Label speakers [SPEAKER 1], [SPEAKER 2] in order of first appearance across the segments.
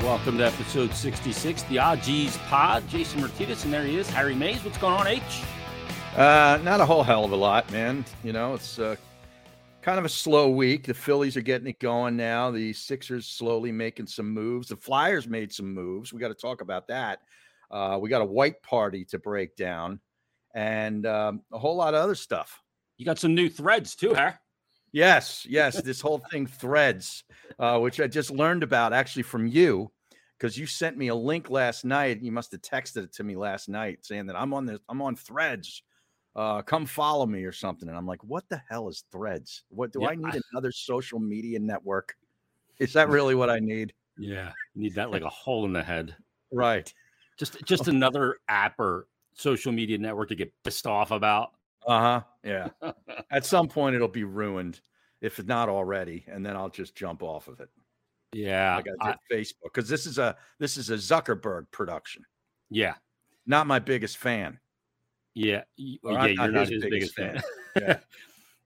[SPEAKER 1] Welcome to episode 66, the OGs Pod. Jason Martinez, and there he is, Harry Mays. What's going on, H?
[SPEAKER 2] Uh, not a whole hell of a lot, man. You know, it's uh, kind of a slow week. The Phillies are getting it going now. The Sixers slowly making some moves. The Flyers made some moves. We got to talk about that. Uh, we got a white party to break down and um, a whole lot of other stuff.
[SPEAKER 1] You got some new threads too, Harry.
[SPEAKER 2] Yes, yes. this whole thing, Threads, uh, which I just learned about actually from you, because you sent me a link last night. You must have texted it to me last night, saying that I'm on this, I'm on Threads. Uh, come follow me or something. And I'm like, what the hell is Threads? What do
[SPEAKER 1] Yeah,
[SPEAKER 2] I need?
[SPEAKER 1] I-
[SPEAKER 2] another social media network? Is that really what I need?
[SPEAKER 1] Yeah, you need that like a hole in the head.
[SPEAKER 2] Right.
[SPEAKER 1] Just just another app or social media network to get pissed off about.
[SPEAKER 2] Uh huh. Yeah. At some point, it'll be ruined, if not already, and then I'll just jump off of it.
[SPEAKER 1] Yeah,
[SPEAKER 2] Like I
[SPEAKER 1] Uh, I-
[SPEAKER 2] did Facebook, because this is a this is a Zuckerberg production.
[SPEAKER 1] yeah,
[SPEAKER 2] Not my biggest fan.
[SPEAKER 1] yeah. y-
[SPEAKER 2] Or
[SPEAKER 1] yeah,
[SPEAKER 2] I'm
[SPEAKER 1] you're
[SPEAKER 2] not
[SPEAKER 1] not, his
[SPEAKER 2] his
[SPEAKER 1] biggest,
[SPEAKER 2] biggest
[SPEAKER 1] fan.
[SPEAKER 2] fan. Yeah.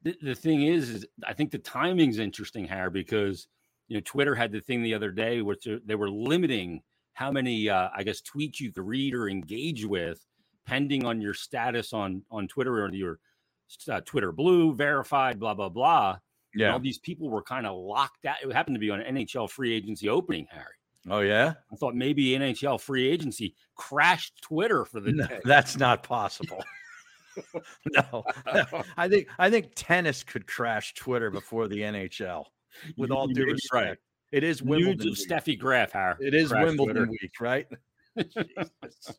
[SPEAKER 1] the, the thing is, is I think the timing's interesting, Harry, because you know Twitter had the thing the other day where to- they were limiting how many, uh, I guess, tweets you could read or engage with, pending on your status on on Twitter or your uh, Twitter Blue verified, blah blah blah. And all these people were kind of locked out. It happened to be on NHL free agency opening, Harry.
[SPEAKER 2] Oh yeah.
[SPEAKER 1] I thought maybe NHL free agency crashed Twitter for the
[SPEAKER 2] No,
[SPEAKER 1] day.
[SPEAKER 2] that's not possible. no, I think I think tennis could crash Twitter before the NHL. With all
[SPEAKER 1] You
[SPEAKER 2] due
[SPEAKER 1] may be
[SPEAKER 2] respect,
[SPEAKER 1] right.
[SPEAKER 2] it is Wimbledon.
[SPEAKER 1] Nudes of
[SPEAKER 2] week.
[SPEAKER 1] Steffi Graf, Harry.
[SPEAKER 2] It is
[SPEAKER 1] crashed
[SPEAKER 2] Wimbledon
[SPEAKER 1] Twitter.
[SPEAKER 2] week, right? Jesus.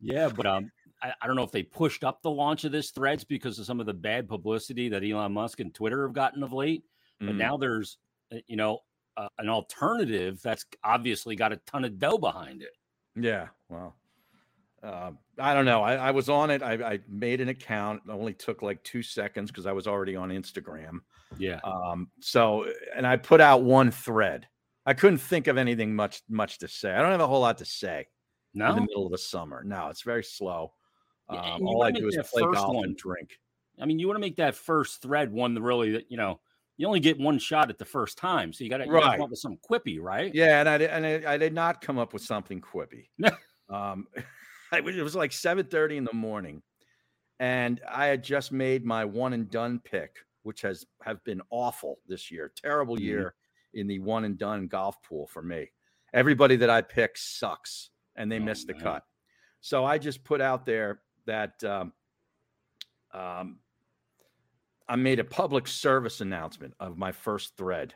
[SPEAKER 1] Yeah, but um, I, I don't know if they pushed up the launch of this threads because of some of the bad publicity that Elon Musk and Twitter have gotten of late. But
[SPEAKER 2] Mm.
[SPEAKER 1] now there's, uh, you know, uh, an alternative that's obviously got a ton of dough behind it.
[SPEAKER 2] Yeah. Well, uh, I don't know. I, I was on it. I, I made an account. It only took like two seconds because I was already on Instagram.
[SPEAKER 1] Yeah,
[SPEAKER 2] Um, so, and I put out one thread. I couldn't think of anything much much to say. I don't have a whole lot to say in the
[SPEAKER 1] no,
[SPEAKER 2] middle of the summer. No, it's very slow.
[SPEAKER 1] Yeah, and
[SPEAKER 2] Um,
[SPEAKER 1] you
[SPEAKER 2] all
[SPEAKER 1] wanna
[SPEAKER 2] I
[SPEAKER 1] make
[SPEAKER 2] do is
[SPEAKER 1] that
[SPEAKER 2] play
[SPEAKER 1] first
[SPEAKER 2] golf
[SPEAKER 1] one-
[SPEAKER 2] and drink.
[SPEAKER 1] I mean, you want to make that first thread one that really that you know you only get one shot at the first time, so you got to
[SPEAKER 2] Right.
[SPEAKER 1] come up with some quippy, right?
[SPEAKER 2] Yeah, and I di- and I, I did not come up with something quippy.
[SPEAKER 1] No.
[SPEAKER 2] um, I was- it was like seven thirty in the morning, and I had just made my one and done pick, which has have been awful this year. Terrible
[SPEAKER 1] Mhm.
[SPEAKER 2] year in the one and done golf pool for me. Everybody that I pick sucks, and they
[SPEAKER 1] Oh,
[SPEAKER 2] missed the
[SPEAKER 1] man.
[SPEAKER 2] cut. So I just put out there that um, um, I made a public service announcement of my first thread.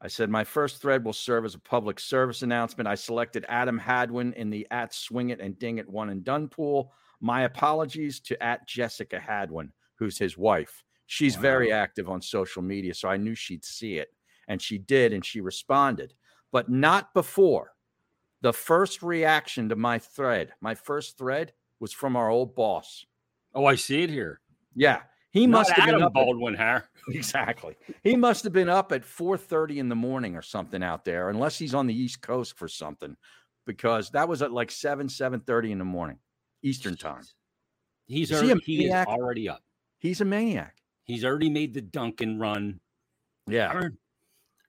[SPEAKER 2] I said my first thread will serve as a public service announcement. I selected Adam Hadwin in the at swing it and ding it one and done pool. My apologies to at Jessica Hadwin, who's his wife. She's very active on social media, so I knew she'd see it. And she did, and she responded, but not before the first reaction to my thread. My first thread was from our old boss.
[SPEAKER 1] Oh, I see it here.
[SPEAKER 2] Yeah. He
[SPEAKER 1] He
[SPEAKER 2] must
[SPEAKER 1] must
[SPEAKER 2] have
[SPEAKER 1] Adam
[SPEAKER 2] been up at-
[SPEAKER 1] Baldwin, Harry.
[SPEAKER 2] Exactly. He must have been up at 4:30 in the morning or something out there, unless he's on the East Coast for something, because that was at like 7, 7:30 in the morning, Eastern time.
[SPEAKER 1] Jeez. He's
[SPEAKER 2] Is he a
[SPEAKER 1] already, he is
[SPEAKER 2] maniac?
[SPEAKER 1] already up.
[SPEAKER 2] He's a maniac.
[SPEAKER 1] He's already made the Duncan run.
[SPEAKER 2] Yeah.
[SPEAKER 1] Darn.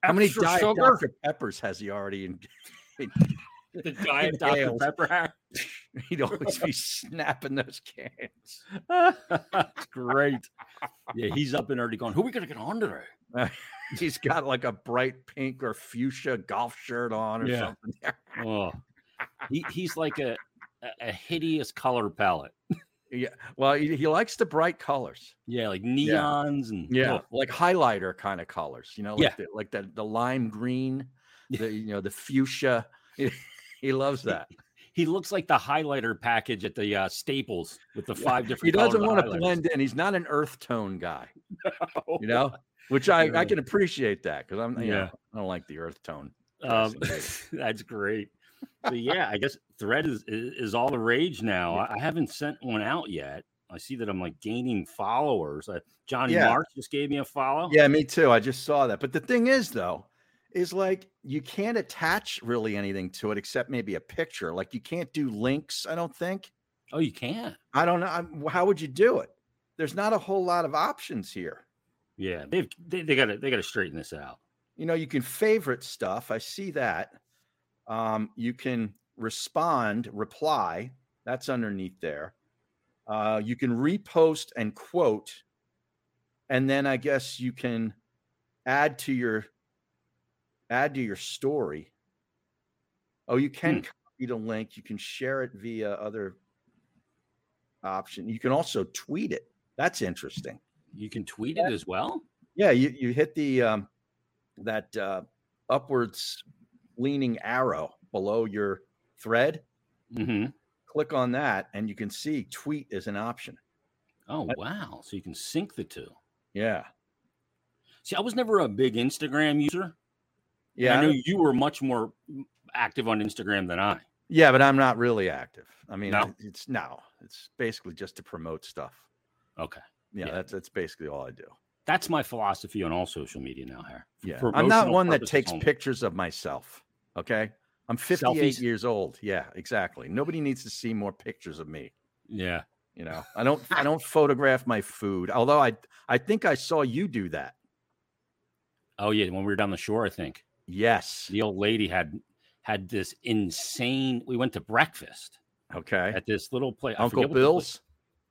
[SPEAKER 2] How many
[SPEAKER 1] Extra
[SPEAKER 2] diet
[SPEAKER 1] sugar?
[SPEAKER 2] Dr. Peppers has he already? In-
[SPEAKER 1] The diet Dr.
[SPEAKER 2] inhaled?
[SPEAKER 1] Pepper. Harry?
[SPEAKER 2] He'd always be snapping those cans.
[SPEAKER 1] That's great. Yeah, he's up and already gone. Who are we gonna get on today?
[SPEAKER 2] He's got like a bright pink or fuchsia golf shirt on or
[SPEAKER 1] Yeah.
[SPEAKER 2] something.
[SPEAKER 1] Oh, he, he's like a a- a hideous color palette.
[SPEAKER 2] Yeah. Well, he, he likes the bright colors.
[SPEAKER 1] Yeah, like neons and
[SPEAKER 2] Yeah,
[SPEAKER 1] oh,
[SPEAKER 2] like highlighter kind of colors, you know, like
[SPEAKER 1] Yeah.
[SPEAKER 2] the, like the, the lime green,
[SPEAKER 1] Yeah.
[SPEAKER 2] the you know, the fuchsia. He, he loves that.
[SPEAKER 1] he looks like the highlighter package at the uh, Staples with the
[SPEAKER 2] Yeah,
[SPEAKER 1] five different.
[SPEAKER 2] He doesn't
[SPEAKER 1] colors of
[SPEAKER 2] want to
[SPEAKER 1] highlighters. Oh.
[SPEAKER 2] blend in. He's not an earth tone guy, you know, which I, I
[SPEAKER 1] Yeah.
[SPEAKER 2] can appreciate that because I'm, you
[SPEAKER 1] Yeah.
[SPEAKER 2] know, I don't like the earth tone.
[SPEAKER 1] Um,
[SPEAKER 2] Yes,
[SPEAKER 1] that's great. But yeah, I guess Thread is, is is all the rage now. I I haven't sent one out yet. I see that I'm like gaining followers. Uh, Johnny
[SPEAKER 2] Yeah.
[SPEAKER 1] Marks just gave me a follow.
[SPEAKER 2] Yeah, me too. I just saw that. But the thing is, though, is like you can't attach really anything to it except maybe a picture. Like you can't do links, I don't think.
[SPEAKER 1] Oh, you can.
[SPEAKER 2] I don't know. I'm, how would you do it? There's not a whole lot of options here.
[SPEAKER 1] Yeah, they've they got to they got to straighten this out.
[SPEAKER 2] You know, you can favorite stuff. I see that. Um, you can respond, reply. That's underneath there. Uh, you can repost and quote, and then I guess you can add to your add to your story. Oh, you can copy the link. You can share it via other option. You can also tweet it. That's interesting.
[SPEAKER 1] You can tweet it as well.
[SPEAKER 2] Yeah, you, you hit the um, that uh, upwards leaning arrow below your thread.
[SPEAKER 1] Mm-hmm.
[SPEAKER 2] Click on that, and you can see tweet is an option.
[SPEAKER 1] Oh wow! So you can sync the two.
[SPEAKER 2] Yeah,
[SPEAKER 1] See, I was never a big Instagram user.
[SPEAKER 2] yeah,
[SPEAKER 1] I know
[SPEAKER 2] I-
[SPEAKER 1] you were much more active on Instagram than I.
[SPEAKER 2] yeah. But I'm not really active. I mean,
[SPEAKER 1] No.
[SPEAKER 2] it's no. It's basically just to promote stuff.
[SPEAKER 1] Okay,
[SPEAKER 2] Yeah,
[SPEAKER 1] Yeah.
[SPEAKER 2] that's that's basically all I do.
[SPEAKER 1] that's my philosophy on all social media now. Here,
[SPEAKER 2] Yeah,
[SPEAKER 1] For
[SPEAKER 2] I'm not
[SPEAKER 1] emotional
[SPEAKER 2] one that
[SPEAKER 1] purposes
[SPEAKER 2] takes
[SPEAKER 1] only.
[SPEAKER 2] pictures of myself. Okay, I'm 58
[SPEAKER 1] Selfies?
[SPEAKER 2] years old. Yeah, exactly. Nobody needs to see more pictures of me.
[SPEAKER 1] yeah,
[SPEAKER 2] You know, I don't I don't photograph my food. Although I I think I saw you do that.
[SPEAKER 1] Oh yeah, when we were down the shore, I think
[SPEAKER 2] Yes.
[SPEAKER 1] the old lady had had this insane. We went to breakfast
[SPEAKER 2] Okay.
[SPEAKER 1] at this little place. I
[SPEAKER 2] Uncle
[SPEAKER 1] forget what the pla-
[SPEAKER 2] Bill's.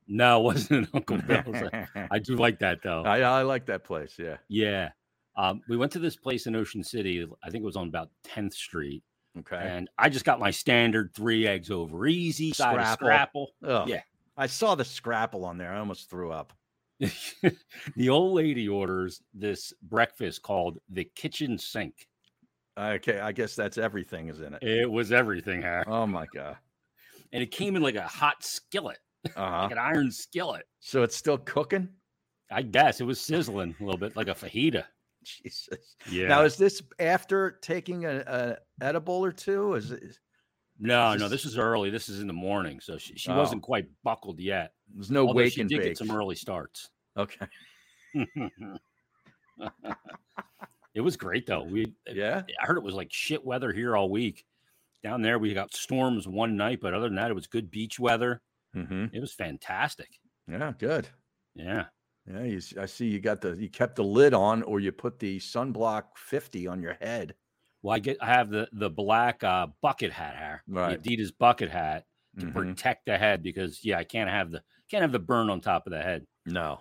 [SPEAKER 1] No, it wasn't Uncle Bill's. uh,
[SPEAKER 2] I,
[SPEAKER 1] I do like that though.
[SPEAKER 2] I like that place. Yeah.
[SPEAKER 1] yeah, um, we went to this place in Ocean City. I think it was on about 10th Street,
[SPEAKER 2] Okay.
[SPEAKER 1] and I just got my standard three eggs over easy, side of
[SPEAKER 2] Scrapple.
[SPEAKER 1] scrapple.
[SPEAKER 2] Oh,
[SPEAKER 1] yeah.
[SPEAKER 2] I saw the scrapple on there. I almost threw up.
[SPEAKER 1] the old lady orders this breakfast called the kitchen sink.
[SPEAKER 2] Okay. I guess that's everything is in it.
[SPEAKER 1] It was everything, Harry.
[SPEAKER 2] Oh my god.
[SPEAKER 1] and it came in like a hot skillet,
[SPEAKER 2] Uh huh.
[SPEAKER 1] like an iron skillet.
[SPEAKER 2] So it's still cooking.
[SPEAKER 1] I guess it was sizzling a little bit like a fajita.
[SPEAKER 2] Jesus.
[SPEAKER 1] Yeah.
[SPEAKER 2] Now is this after taking a, a edible or two? Is, is
[SPEAKER 1] no,
[SPEAKER 2] is
[SPEAKER 1] no,
[SPEAKER 2] this-
[SPEAKER 1] this is early. This is in the morning, so she, she
[SPEAKER 2] Oh.
[SPEAKER 1] wasn't quite buckled yet.
[SPEAKER 2] there's no
[SPEAKER 1] Although
[SPEAKER 2] wake
[SPEAKER 1] she
[SPEAKER 2] and
[SPEAKER 1] did
[SPEAKER 2] bake?
[SPEAKER 1] get some early starts.
[SPEAKER 2] Okay.
[SPEAKER 1] it was great though. We eh,
[SPEAKER 2] Yeah.
[SPEAKER 1] I heard it was like shit weather here all week. Down there, we got storms one night, but other than that, it was good beach weather.
[SPEAKER 2] Mm-hmm.
[SPEAKER 1] It was fantastic.
[SPEAKER 2] Yeah. Good.
[SPEAKER 1] Yeah.
[SPEAKER 2] Yeah, you, s- I see you got the you kept the lid on, or you put the sunblock fifty on your head.
[SPEAKER 1] Well, I get I have the the black uh, bucket hat hair, the
[SPEAKER 2] Right.
[SPEAKER 1] Adidas bucket hat to
[SPEAKER 2] Mhm.
[SPEAKER 1] protect the head because yeah, I can't have the can't have the burn on top of the head.
[SPEAKER 2] No.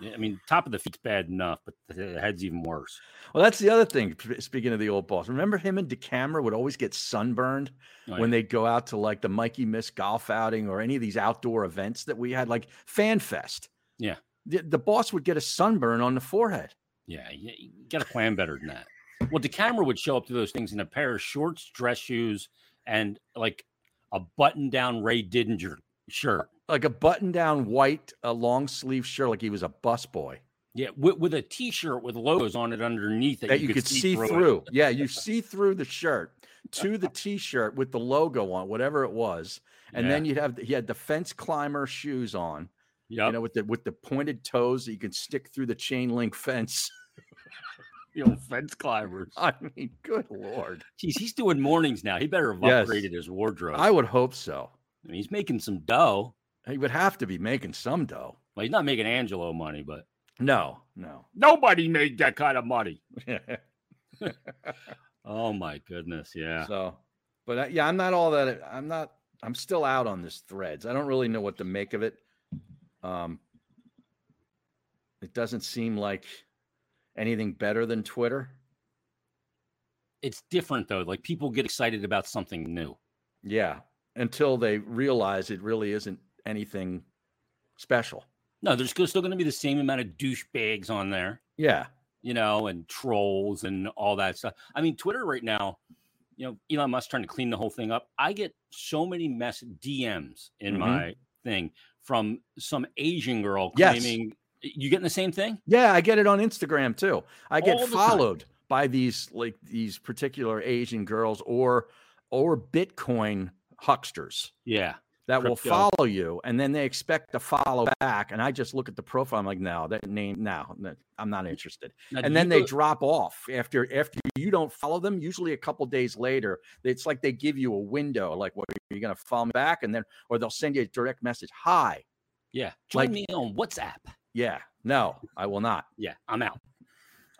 [SPEAKER 1] I mean, top of the feet's bad enough, but the the head's even worse.
[SPEAKER 2] Well, that's the other thing. p- Speaking of the old boss, remember him and DeCamera would always get sunburned
[SPEAKER 1] Oh,
[SPEAKER 2] when
[SPEAKER 1] yeah.
[SPEAKER 2] they'd go out to like the Mikey Miss golf outing or any of these outdoor events that we had, like Fan Fest.
[SPEAKER 1] Yeah.
[SPEAKER 2] The, the boss would get a sunburn on the forehead.
[SPEAKER 1] yeah, you, you got to plan better than that. Well, the camera would show up to those things in a pair of shorts, dress shoes, and like a button-down Ray Didinger shirt.
[SPEAKER 2] Like a button down white, a long sleeve shirt, like he was a busboy
[SPEAKER 1] Yeah, with, with a T-shirt with logos on it underneath
[SPEAKER 2] that you could, see through.
[SPEAKER 1] it.
[SPEAKER 2] Yeah, you see through the shirt to the t shirt with the logo on, whatever it was. And
[SPEAKER 1] Yeah.
[SPEAKER 2] then you'd have, he had the fence climber shoes on.
[SPEAKER 1] Yep.
[SPEAKER 2] you know, with the with the pointed toes that you can stick through the chain link fence.
[SPEAKER 1] the old fence climbers.
[SPEAKER 2] I mean, good lord.
[SPEAKER 1] Geez, he's doing mornings now. He better have
[SPEAKER 2] Yes.
[SPEAKER 1] upgraded his wardrobe.
[SPEAKER 2] I would hope so.
[SPEAKER 1] I mean, he's making some dough.
[SPEAKER 2] He would have to be making some dough.
[SPEAKER 1] Well, he's not making Angelo money, but
[SPEAKER 2] No, no.
[SPEAKER 1] nobody made that kind of money. Oh my goodness, yeah.
[SPEAKER 2] So, but I, yeah, I'm not all that. I'm not. I'm still out on this threads. I don't really know what to make of it. Um, it doesn't seem like anything better than Twitter.
[SPEAKER 1] It's different though. Like people get excited about something new.
[SPEAKER 2] Yeah, until they realize it really isn't anything special.
[SPEAKER 1] No, there's go- still going to be the same amount of douchebags on there,
[SPEAKER 2] Yeah.
[SPEAKER 1] you know, and trolls and all that stuff. I mean, Twitter right now, you know, Elon Musk trying to clean the whole thing up. I get so many mess DMs in
[SPEAKER 2] Mhm.
[SPEAKER 1] my thing from some Asian girl
[SPEAKER 2] Yes.
[SPEAKER 1] claiming you getting the same thing.
[SPEAKER 2] Yeah, I get it on Instagram too. I
[SPEAKER 1] All
[SPEAKER 2] get
[SPEAKER 1] the time.
[SPEAKER 2] followed by these like these particular Asian girls or or Bitcoin hucksters
[SPEAKER 1] Yeah.
[SPEAKER 2] that will
[SPEAKER 1] Crypto.
[SPEAKER 2] follow you and then they expect to follow back and I just look at the profile I'm like no that name no no, I'm not interested.
[SPEAKER 1] Now, do
[SPEAKER 2] And then
[SPEAKER 1] you
[SPEAKER 2] they
[SPEAKER 1] go-
[SPEAKER 2] drop off after after you don't follow them usually a couple days later it's like they give you a window like what are you going to follow me back and then or they'll send you a direct message hi.
[SPEAKER 1] yeah, join
[SPEAKER 2] like-
[SPEAKER 1] me on WhatsApp.
[SPEAKER 2] Yeah. No, I will not.
[SPEAKER 1] Yeah, I'm out.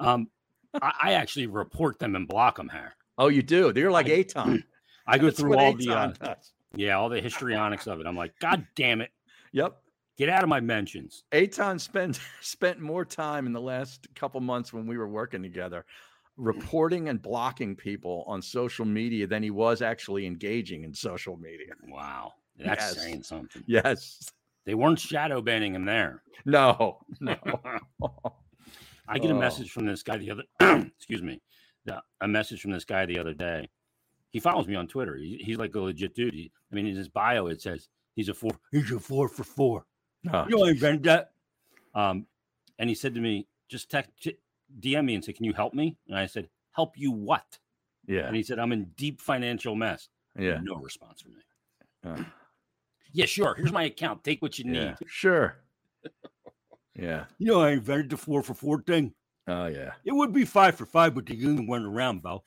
[SPEAKER 1] Um, I, I actually report them and block them here.
[SPEAKER 2] Oh, you do. You're like Aton.
[SPEAKER 1] I go
[SPEAKER 2] That's
[SPEAKER 1] through
[SPEAKER 2] what
[SPEAKER 1] all the uh,
[SPEAKER 2] Aton does.
[SPEAKER 1] yeah, all the histrionics of it. I'm like, God damn it,
[SPEAKER 2] Yep.
[SPEAKER 1] get out of my mentions.
[SPEAKER 2] Aton spent spent more time in the last couple months when we were working together
[SPEAKER 1] Mm.
[SPEAKER 2] reporting and blocking people on social media than he was actually engaging in social media.
[SPEAKER 1] Wow, that's
[SPEAKER 2] Yes.
[SPEAKER 1] saying something.
[SPEAKER 2] Yes.
[SPEAKER 1] They weren't shadow banning him there.
[SPEAKER 2] No. No.
[SPEAKER 1] I get a
[SPEAKER 2] Oh.
[SPEAKER 1] message from this guy the other. excuse me, the- a message from this guy the other day. He follows me on Twitter. He, he's like a legit dude. He, I mean, in his bio it says he's a four. He's a four for four.
[SPEAKER 2] no.
[SPEAKER 1] You know, I invented that. Um, and he said to me, just text, j- DM me and say, "Can you help me?" And I said, "Help you what?"
[SPEAKER 2] Yeah.
[SPEAKER 1] And he said, "I'm in deep financial mess."
[SPEAKER 2] Yeah.
[SPEAKER 1] No response from me.
[SPEAKER 2] Uh,
[SPEAKER 1] Yeah, sure. Here's my account. Take what you
[SPEAKER 2] yeah.
[SPEAKER 1] need.
[SPEAKER 2] Sure. Yeah.
[SPEAKER 1] You know, I invented the four for four thing.
[SPEAKER 2] Oh yeah.
[SPEAKER 1] It would be five for five, but the union went around, Bo.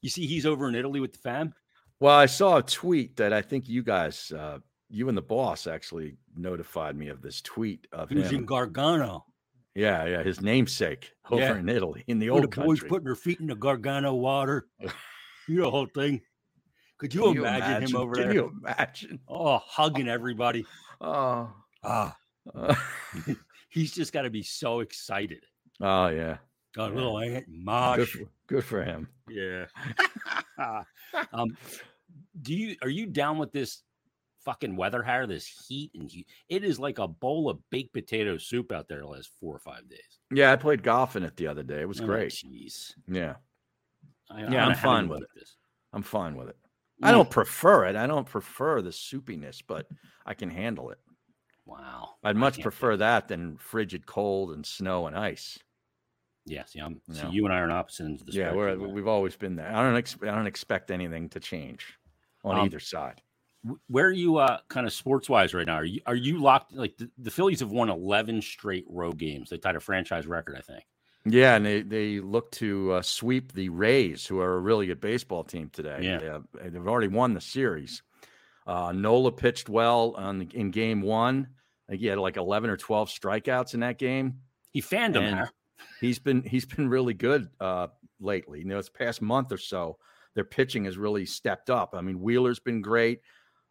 [SPEAKER 1] You see, he's over in Italy with the fam.
[SPEAKER 2] Well, I saw a tweet that I think you guys, uh, you and the boss, actually notified me of this tweet of
[SPEAKER 1] Who's in
[SPEAKER 2] him.
[SPEAKER 1] Gargano?
[SPEAKER 2] Yeah, yeah, his namesake over
[SPEAKER 1] Yeah.
[SPEAKER 2] in Italy, in the
[SPEAKER 1] Where
[SPEAKER 2] old
[SPEAKER 1] the boys
[SPEAKER 2] country.
[SPEAKER 1] putting their feet in the Gargano water. You know the whole thing. Could you,
[SPEAKER 2] Can you
[SPEAKER 1] imagine, him over
[SPEAKER 2] Can
[SPEAKER 1] there?
[SPEAKER 2] you imagine?
[SPEAKER 1] Oh, hugging everybody.
[SPEAKER 2] Oh,
[SPEAKER 1] Ah,
[SPEAKER 2] uh,
[SPEAKER 1] he's just got to be so excited.
[SPEAKER 2] oh yeah.
[SPEAKER 1] A
[SPEAKER 2] Yeah.
[SPEAKER 1] little Aunt
[SPEAKER 2] Good
[SPEAKER 1] Mosh.
[SPEAKER 2] for, good for him.
[SPEAKER 1] Yeah. um, do you are you down with this fucking weather hire? This heat and heat. It is like a bowl of baked potato soup out there the last four or five days.
[SPEAKER 2] Yeah, I played golf in it the other day. It was
[SPEAKER 1] I'm like,
[SPEAKER 2] great.
[SPEAKER 1] Jeez.
[SPEAKER 2] Yeah,
[SPEAKER 1] I-
[SPEAKER 2] Yeah, I'm
[SPEAKER 1] not having
[SPEAKER 2] fine
[SPEAKER 1] it
[SPEAKER 2] with
[SPEAKER 1] like this.
[SPEAKER 2] I'm fine with it. I don't prefer it. I don't prefer the soupiness, but I can handle it.
[SPEAKER 1] Wow.
[SPEAKER 2] I'd
[SPEAKER 1] I
[SPEAKER 2] much
[SPEAKER 1] can't-
[SPEAKER 2] prefer that than frigid cold and snow and ice.
[SPEAKER 1] Yeah. See, I'm. See,
[SPEAKER 2] No.
[SPEAKER 1] you and I are on opposite ends of the
[SPEAKER 2] Yeah, we're,
[SPEAKER 1] spectrum. there.
[SPEAKER 2] we've always been there. I don't ex- I don't expect anything to change on
[SPEAKER 1] Um,
[SPEAKER 2] either side.
[SPEAKER 1] Wh- Where are you, uh, kind of sports wise right now? Are you are you locked? Like the, the Phillies have won eleven straight road games. They tied a franchise record, I think.
[SPEAKER 2] Yeah, and they they look to uh, sweep the Rays, who are a really good baseball team today.
[SPEAKER 1] Yeah.
[SPEAKER 2] they, have- they've already won the series. Uh, Nola pitched well on the, in game one. I think he had like eleven or twelve strikeouts in that game.
[SPEAKER 1] He fanned them.
[SPEAKER 2] And-
[SPEAKER 1] Har.
[SPEAKER 2] He's been he's been really good uh, lately. You know, this past month or so, their pitching has really stepped up. I mean, Wheeler's been great.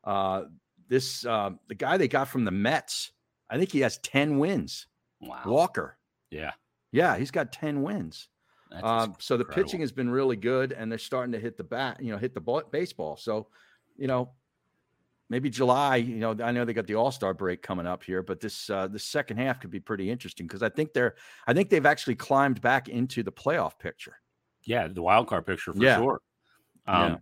[SPEAKER 2] Uh, this uh, the guy they got from the Mets. I think he has ten wins.
[SPEAKER 1] Wow.
[SPEAKER 2] Walker.
[SPEAKER 1] Yeah.
[SPEAKER 2] Yeah, he's got ten wins.
[SPEAKER 1] That's
[SPEAKER 2] Um, so the
[SPEAKER 1] incredible.
[SPEAKER 2] pitching has been really good, and they're starting to hit the bat, you know, hit the ball, baseball. So, you know, maybe July. You know, I know they got the All Star break coming up here, but this uh, the second half could be pretty interesting because I think they're, I think they've actually climbed back into the playoff picture.
[SPEAKER 1] Yeah, the wild card picture for
[SPEAKER 2] Yeah.
[SPEAKER 1] sure.
[SPEAKER 2] Yeah.
[SPEAKER 1] Um,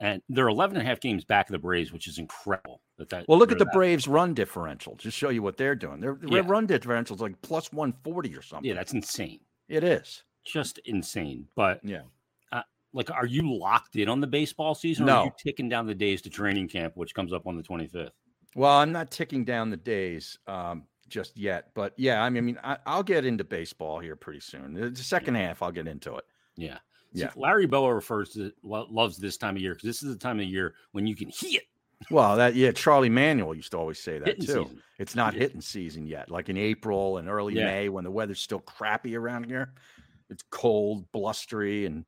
[SPEAKER 1] And they're 11 and a half games back of the Braves, which is incredible. That that,
[SPEAKER 2] Well, look
[SPEAKER 1] they're
[SPEAKER 2] at the
[SPEAKER 1] that-
[SPEAKER 2] Braves' run differential. Just show you what they're doing. Their, their
[SPEAKER 1] Yeah.
[SPEAKER 2] run differential is like plus one forty or something.
[SPEAKER 1] Yeah, that's insane.
[SPEAKER 2] it is.
[SPEAKER 1] Just insane. But
[SPEAKER 2] Yeah.
[SPEAKER 1] uh, like, are you locked in on the baseball season? Or are you
[SPEAKER 2] No.
[SPEAKER 1] ticking down the days to training camp, which comes up on the 25th?
[SPEAKER 2] Well, I'm not ticking down the days um, just yet, but yeah, I mean, I mean, I, I'll get into baseball here pretty soon. The the second half, I'll get into it.
[SPEAKER 1] Yeah. See,
[SPEAKER 2] Yeah.
[SPEAKER 1] Larry Boa refers to lo- loves this time of year because this is the time of year when you can hit it.
[SPEAKER 2] Well, that yeah, Charlie Manuel used to always say that
[SPEAKER 1] hitting
[SPEAKER 2] too.
[SPEAKER 1] season.
[SPEAKER 2] It's not
[SPEAKER 1] Yeah.
[SPEAKER 2] hitting season yet, like in April and early
[SPEAKER 1] Yeah.
[SPEAKER 2] May when the weather's still crappy around here. It's cold, blustery, and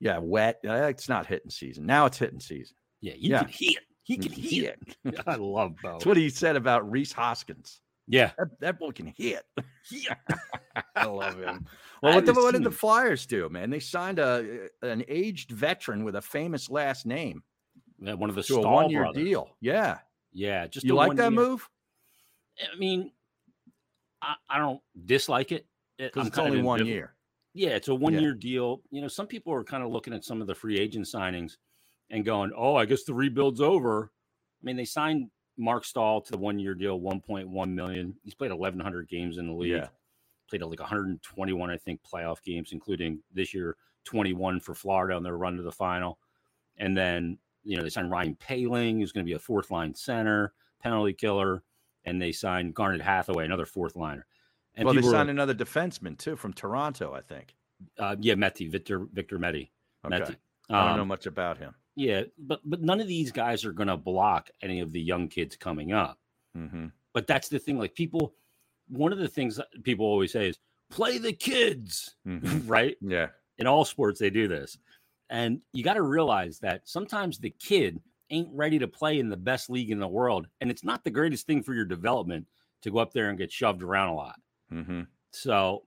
[SPEAKER 2] yeah, wet. Uh, It's not hitting season. Now it's hitting season.
[SPEAKER 1] Yeah, he
[SPEAKER 2] Yeah.
[SPEAKER 1] can hit it. He can hit it. I love Boa.
[SPEAKER 2] That's what he said about Reese Hoskins.
[SPEAKER 1] Yeah.
[SPEAKER 2] That, that boy can hit.
[SPEAKER 1] Hit.
[SPEAKER 2] I love him.
[SPEAKER 1] I
[SPEAKER 2] Well, what, the,
[SPEAKER 1] haven't
[SPEAKER 2] what did
[SPEAKER 1] seen
[SPEAKER 2] the
[SPEAKER 1] him.
[SPEAKER 2] Flyers do, man? They signed a an aged veteran with a famous last name
[SPEAKER 1] Yeah, One of the
[SPEAKER 2] to a
[SPEAKER 1] Stahl
[SPEAKER 2] one year
[SPEAKER 1] brothers.
[SPEAKER 2] deal. Yeah,
[SPEAKER 1] Yeah, just
[SPEAKER 2] you
[SPEAKER 1] the
[SPEAKER 2] like
[SPEAKER 1] one
[SPEAKER 2] that
[SPEAKER 1] year.
[SPEAKER 2] move?
[SPEAKER 1] I mean, I, I don't dislike it. It-
[SPEAKER 2] Because
[SPEAKER 1] I'm
[SPEAKER 2] it's
[SPEAKER 1] kind of
[SPEAKER 2] only one
[SPEAKER 1] ambivalent.
[SPEAKER 2] year.
[SPEAKER 1] Yeah, it's a one year deal. You know, some people are kind of looking at some of the free agent signings and going, "Oh, I guess the rebuild's over." I mean, they signed Mark Stahl to the one year deal, 1.1 million. He's played 1,100 games in the league.
[SPEAKER 2] Yeah.
[SPEAKER 1] Played like 121, I think, playoff games, including this year 21 for Florida on their run to the final. And then, you know, they signed Ryan Paling, who's going to be a fourth line center, penalty killer, and they signed Garnet Hathaway, another fourth liner. And
[SPEAKER 2] well, they
[SPEAKER 1] people were-
[SPEAKER 2] signed another defenseman too from Toronto, I think.
[SPEAKER 1] uh, yeah, Meti, Victor, Victor Meti.
[SPEAKER 2] Okay,
[SPEAKER 1] Meti.
[SPEAKER 2] I don't know
[SPEAKER 1] Um,
[SPEAKER 2] much about him.
[SPEAKER 1] yeah, but but none of these guys are going to block any of the young kids coming up.
[SPEAKER 2] hmm
[SPEAKER 1] But that's the thing. Like people, one of the things that people always say is play the kids, right?
[SPEAKER 2] Mm-hmm. Yeah,
[SPEAKER 1] In all sports, they do this, And you got to realize that sometimes the kid ain't ready to play in the best league in the world. And it's not the greatest thing for your development to go up there and get shoved around a lot.
[SPEAKER 2] Mm-hmm.
[SPEAKER 1] So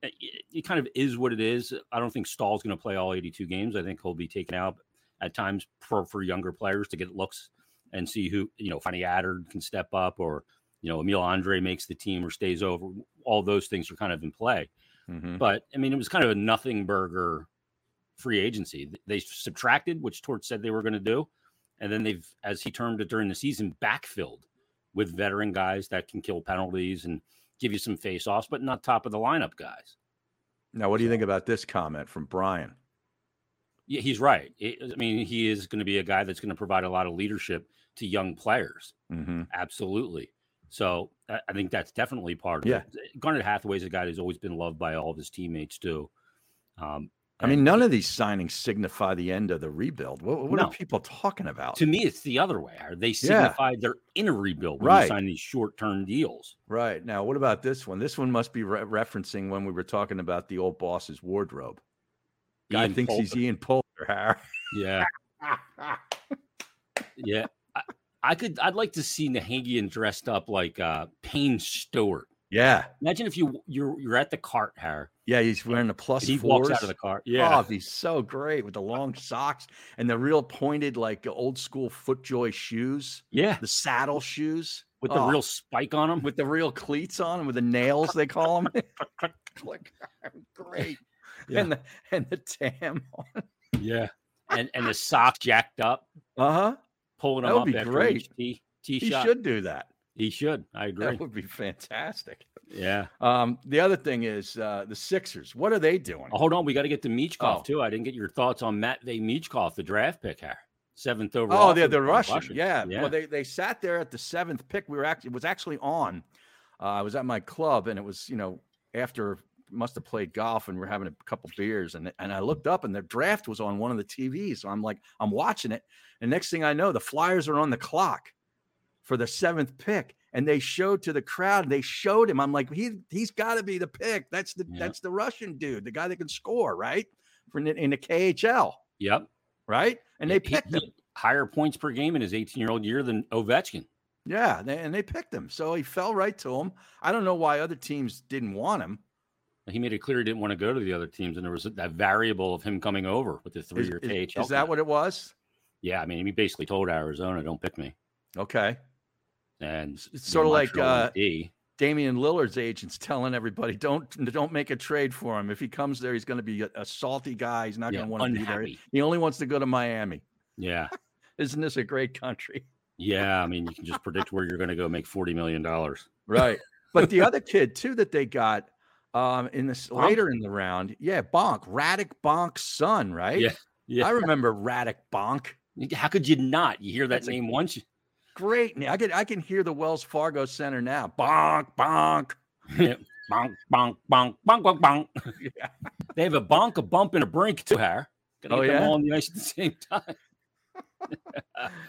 [SPEAKER 1] it, it kind of is what it is. I don't think Stahl's going to play all 82 games. I think he'll be taken out at times for, for younger players to get looks and see who, you know, Fanny Adder can step up or, you know, Emil Andre makes the team or stays over. All those things are kind of in play.
[SPEAKER 2] Mm-hmm.
[SPEAKER 1] But I mean, it was kind of a nothing burger free agency. They subtracted, which Tort said they were going to do. And then they've, as he termed it during the season, backfilled with veteran guys that can kill penalties and give you some face offs, but not top of the lineup guys.
[SPEAKER 2] Now, what do you think about this comment from Brian?
[SPEAKER 1] Yeah, he's right. It, I mean, he is going to be a guy that's going to provide a lot of leadership to young players.
[SPEAKER 2] Mm-hmm.
[SPEAKER 1] Absolutely. So I I think that's definitely part of
[SPEAKER 2] Yeah.
[SPEAKER 1] it. Garnet Hathaway's a guy who's always been loved by all of his teammates too. Um,
[SPEAKER 2] I mean, none of these signings signify the end of the rebuild. What, what
[SPEAKER 1] No.
[SPEAKER 2] are people talking about?
[SPEAKER 1] to me, it's the other way. They signify they're in a rebuild when
[SPEAKER 2] Right.
[SPEAKER 1] you sign these short-term deals.
[SPEAKER 2] Right. Now, what about this one? This one must be re- referencing when we were talking about the old boss's wardrobe. Guy
[SPEAKER 1] Ian
[SPEAKER 2] thinks he's
[SPEAKER 1] Poulter.
[SPEAKER 2] Ian Poulter. Har.
[SPEAKER 1] yeah, yeah. I, I could. I'd like to see Nahagian dressed up like uh, Payne Stewart.
[SPEAKER 2] yeah.
[SPEAKER 1] Imagine if you you're you're at the cart, Harry.
[SPEAKER 2] Yeah. He's wearing a plus
[SPEAKER 1] He
[SPEAKER 2] fours.
[SPEAKER 1] walks out of the cart.
[SPEAKER 2] Oh, he's so great with the long socks and the real pointed, like old school FootJoy shoes,
[SPEAKER 1] yeah,
[SPEAKER 2] the saddle shoes
[SPEAKER 1] with
[SPEAKER 2] Oh,
[SPEAKER 1] the real spike on him.
[SPEAKER 2] with the real cleats on and with the nails they call them. Click. great.
[SPEAKER 1] Yeah.
[SPEAKER 2] And the and the tam.
[SPEAKER 1] Yeah, and and the sock jacked up,
[SPEAKER 2] Uh huh.
[SPEAKER 1] pulling
[SPEAKER 2] That
[SPEAKER 1] him
[SPEAKER 2] would
[SPEAKER 1] up
[SPEAKER 2] be
[SPEAKER 1] after
[SPEAKER 2] great.
[SPEAKER 1] each tee, tee
[SPEAKER 2] He
[SPEAKER 1] Uh-huh. shot.
[SPEAKER 2] should do that.
[SPEAKER 1] He should. I agree.
[SPEAKER 2] That would be fantastic.
[SPEAKER 1] yeah.
[SPEAKER 2] Um, the other thing is uh, the Sixers. What are they doing?
[SPEAKER 1] Oh, hold on, we got to get to Meechkoff
[SPEAKER 2] Oh.
[SPEAKER 1] too. I didn't get your thoughts on Matvey Meechkoff, the draft pick, Harry. Seventh overall.
[SPEAKER 2] Oh, they're
[SPEAKER 1] from
[SPEAKER 2] the Russian.
[SPEAKER 1] Russians.
[SPEAKER 2] Yeah.
[SPEAKER 1] yeah.
[SPEAKER 2] Well, they they sat there at the seventh pick. We were actually it was actually on. Uh, I was at my club and it was you know after must have played golf and we're having a couple beers and and I looked up and the draft was on one of the TVs. So I'm like I'm watching it and next thing I know the Flyers are on the clock for the seventh pick and they showed to the crowd. They showed him. I'm like he he's got to be the pick. That's the
[SPEAKER 1] Yeah.
[SPEAKER 2] that's the Russian dude, the guy that can score right for in the, in the KHL,
[SPEAKER 1] yep.
[SPEAKER 2] right? And they
[SPEAKER 1] He-
[SPEAKER 2] picked him.
[SPEAKER 1] he- higher points per game in his 18 year old year than Ovechkin.
[SPEAKER 2] Yeah, they, and they picked him, so he fell right to him. I don't know why other teams didn't want him.
[SPEAKER 1] He made it clear he didn't want to go to the other teams, and there was that variable of him coming over with the three
[SPEAKER 2] Is,
[SPEAKER 1] year
[SPEAKER 2] is-
[SPEAKER 1] KHL.
[SPEAKER 2] is that
[SPEAKER 1] contract.
[SPEAKER 2] what it was?
[SPEAKER 1] Yeah, I mean, he basically told Arizona, "Don't pick me."
[SPEAKER 2] Okay,
[SPEAKER 1] And
[SPEAKER 2] it's,
[SPEAKER 1] you
[SPEAKER 2] it's
[SPEAKER 1] know,
[SPEAKER 2] sort of like
[SPEAKER 1] Montreal
[SPEAKER 2] uh,
[SPEAKER 1] went D.
[SPEAKER 2] Damian Lillard's agents telling everybody, "Don't don't make a trade for him. If he comes there, he's going to be a, a salty guy. He's not
[SPEAKER 1] yeah,
[SPEAKER 2] going to want to be there.
[SPEAKER 1] unhappy.
[SPEAKER 2] He only wants to go to Miami.
[SPEAKER 1] Yeah,
[SPEAKER 2] Isn't this a great country?"
[SPEAKER 1] yeah. I mean, you can just predict where you're going to go make forty million dollars.
[SPEAKER 2] Right. but the other kid too that they got um in this
[SPEAKER 1] Bonk?
[SPEAKER 2] later in the round, yeah, Bonk, Radic Bonk's son, right?
[SPEAKER 1] Yeah, yeah.
[SPEAKER 2] I remember Radic Bonk.
[SPEAKER 1] How could you not? You hear that
[SPEAKER 2] That's a-
[SPEAKER 1] name once,
[SPEAKER 2] Great. na- I can I can hear the Wells Fargo Center now. Bonk, bonk.
[SPEAKER 1] bonk, bonk, bonk, bonk, bonk, bonk.
[SPEAKER 2] Yeah.
[SPEAKER 1] They have a bonk, a bump, and a brink to her. Gotta
[SPEAKER 2] Oh,
[SPEAKER 1] get them
[SPEAKER 2] yeah?
[SPEAKER 1] all on the ice at the same time.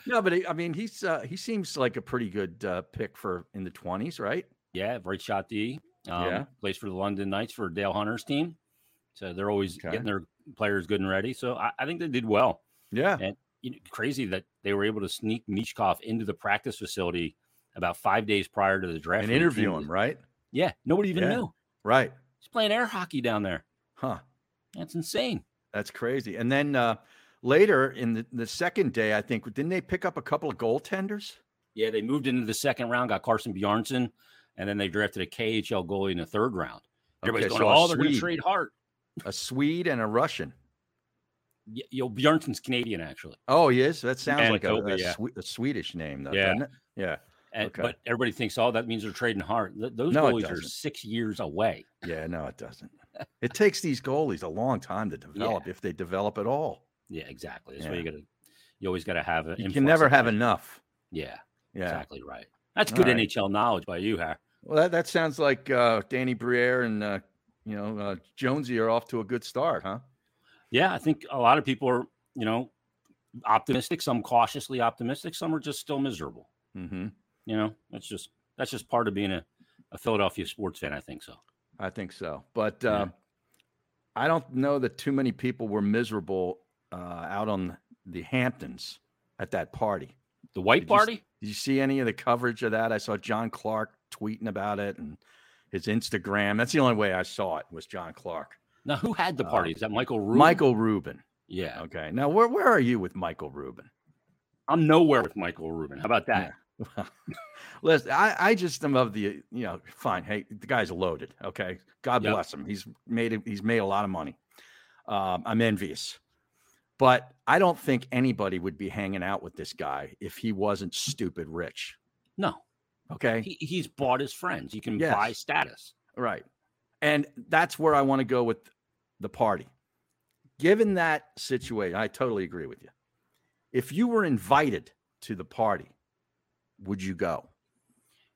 [SPEAKER 2] No, but he, I mean, he's uh, he seems like a pretty good uh, pick for in the twenties, right?
[SPEAKER 1] Yeah, right shot D. Um,
[SPEAKER 2] Yeah.
[SPEAKER 1] Plays for the London Knights for Dale Hunter's team. So they're always
[SPEAKER 2] Okay.
[SPEAKER 1] getting their players good and ready. So I, I think they did well.
[SPEAKER 2] Yeah.
[SPEAKER 1] You know, crazy that they were able to sneak Mishkov into the practice facility about five days prior to the draft
[SPEAKER 2] And
[SPEAKER 1] when the
[SPEAKER 2] interview
[SPEAKER 1] team was-
[SPEAKER 2] him, right?
[SPEAKER 1] Yeah, nobody even
[SPEAKER 2] Yeah.
[SPEAKER 1] knew.
[SPEAKER 2] Right.
[SPEAKER 1] He's playing air hockey down there.
[SPEAKER 2] Huh.
[SPEAKER 1] That's insane.
[SPEAKER 2] That's crazy. And then uh, later in the, the second day, I think didn't they pick up a couple of goaltenders?
[SPEAKER 1] Yeah, they moved into the second round, got Carson Bjarnson, and then they drafted a KHL goalie in the third round. Everybody's
[SPEAKER 2] Okay,
[SPEAKER 1] going,
[SPEAKER 2] so a
[SPEAKER 1] oh, they're going to
[SPEAKER 2] Swede-
[SPEAKER 1] trade Hart.
[SPEAKER 2] a Swede and a Russian.
[SPEAKER 1] Y- You know, Bjarnson's Canadian, actually.
[SPEAKER 2] Oh, he is. That sounds like
[SPEAKER 1] Manitoba,
[SPEAKER 2] a, a,
[SPEAKER 1] yeah.
[SPEAKER 2] Swe- a Swedish name, though.
[SPEAKER 1] Yeah.
[SPEAKER 2] doesn't it? Yeah.
[SPEAKER 1] And,
[SPEAKER 2] Okay.
[SPEAKER 1] But everybody thinks, oh, that means they're trading Hart. Th- those
[SPEAKER 2] No, it
[SPEAKER 1] goalies are
[SPEAKER 2] doesn't.
[SPEAKER 1] six years away.
[SPEAKER 2] Yeah, no, it doesn't. It takes these goalies a long time to develop if they develop at all.
[SPEAKER 1] Yeah, exactly. That's why
[SPEAKER 2] Yeah.
[SPEAKER 1] you got to, you always got to have an
[SPEAKER 2] You
[SPEAKER 1] influx
[SPEAKER 2] can never
[SPEAKER 1] of
[SPEAKER 2] have
[SPEAKER 1] players.
[SPEAKER 2] enough.
[SPEAKER 1] Yeah,
[SPEAKER 2] Yeah.
[SPEAKER 1] exactly right. That's
[SPEAKER 2] All
[SPEAKER 1] good
[SPEAKER 2] right.
[SPEAKER 1] NHL knowledge by you, Har.
[SPEAKER 2] Well, that, that sounds like uh, Danny Briere and, uh, you know, uh, Jonesy are off to a good start, huh?
[SPEAKER 1] Yeah, I think a lot of people are, you know, optimistic, some cautiously optimistic, some are just still miserable.
[SPEAKER 2] Mm-hmm.
[SPEAKER 1] You know, that's just, that's just part of being a, a Philadelphia sports fan. I think so.
[SPEAKER 2] I think so. But
[SPEAKER 1] Yeah.
[SPEAKER 2] uh, I don't know that too many people were miserable uh, out on the Hamptons at that party.
[SPEAKER 1] The white
[SPEAKER 2] Did you s-
[SPEAKER 1] party?
[SPEAKER 2] Did you see any of the coverage of that? I saw John Clark tweeting about it and his Instagram. That's the only way I saw it was John Clark.
[SPEAKER 1] Now, who had the
[SPEAKER 2] Uh,
[SPEAKER 1] party? Is that Michael Rubin?
[SPEAKER 2] Michael Rubin.
[SPEAKER 1] Yeah.
[SPEAKER 2] Okay. Now, where, where are you with Michael Rubin?
[SPEAKER 1] I'm nowhere with Michael Rubin. How about that?
[SPEAKER 2] Yeah. Listen, I, I just am of the, you know, fine. Hey, the guy's loaded. Okay. God
[SPEAKER 1] Yep.
[SPEAKER 2] bless him. He's made it, he's made a lot of money. Um, I'm envious. But I don't think anybody would be hanging out with this guy if he wasn't stupid rich.
[SPEAKER 1] No.
[SPEAKER 2] Okay.
[SPEAKER 1] He, he's bought his friends. He can
[SPEAKER 2] Yes.
[SPEAKER 1] buy status.
[SPEAKER 2] Right. And that's where I want to go with the party. Given that situation, I totally agree with you. If you were invited to the party, would you go?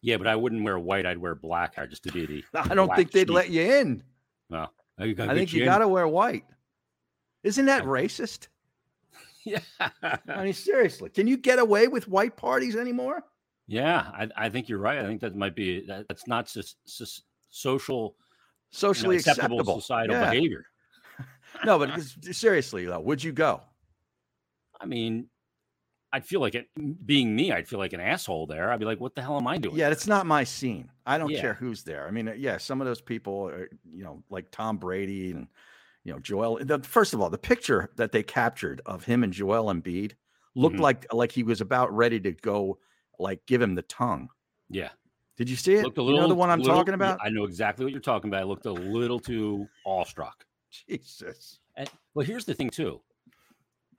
[SPEAKER 1] Yeah, but I wouldn't wear white. I'd wear black hair just to be the.
[SPEAKER 2] I don't
[SPEAKER 1] black
[SPEAKER 2] think they'd
[SPEAKER 1] sheep.
[SPEAKER 2] let you in.
[SPEAKER 1] Oh, you gotta
[SPEAKER 2] I
[SPEAKER 1] get
[SPEAKER 2] think you
[SPEAKER 1] in.
[SPEAKER 2] got to wear white. Isn't that
[SPEAKER 1] I-
[SPEAKER 2] racist? I
[SPEAKER 1] Yeah.
[SPEAKER 2] mean, seriously, can you get away with white parties anymore?
[SPEAKER 1] yeah. I, I think you're right. I think that might be. That, that's not sus, sus, social, you know,
[SPEAKER 2] Socially
[SPEAKER 1] acceptable,
[SPEAKER 2] acceptable.
[SPEAKER 1] societal
[SPEAKER 2] Yeah.
[SPEAKER 1] behavior.
[SPEAKER 2] No, but it's- seriously though, would you go?
[SPEAKER 1] I mean, I'd feel like it being me, I'd feel like an asshole there. I'd be like, what the hell am I doing?
[SPEAKER 2] Yeah, it's not my scene. I don't
[SPEAKER 1] Yeah.
[SPEAKER 2] care who's there. I mean, uh, yeah, some of those people are, you know, like Tom Brady and you know Joel. The, first of all, the picture that they captured of him and Joel Embiid looked
[SPEAKER 1] Mhm.
[SPEAKER 2] like like he was about ready to go, like give him the tongue.
[SPEAKER 1] Yeah.
[SPEAKER 2] Did you see it?
[SPEAKER 1] Looked a
[SPEAKER 2] you know the
[SPEAKER 1] little-
[SPEAKER 2] one I'm
[SPEAKER 1] little-
[SPEAKER 2] talking
[SPEAKER 1] yeah,
[SPEAKER 2] about.
[SPEAKER 1] I know exactly what you're talking about. I looked a little too awestruck.
[SPEAKER 2] Jesus.
[SPEAKER 1] And, well, here's the thing, too.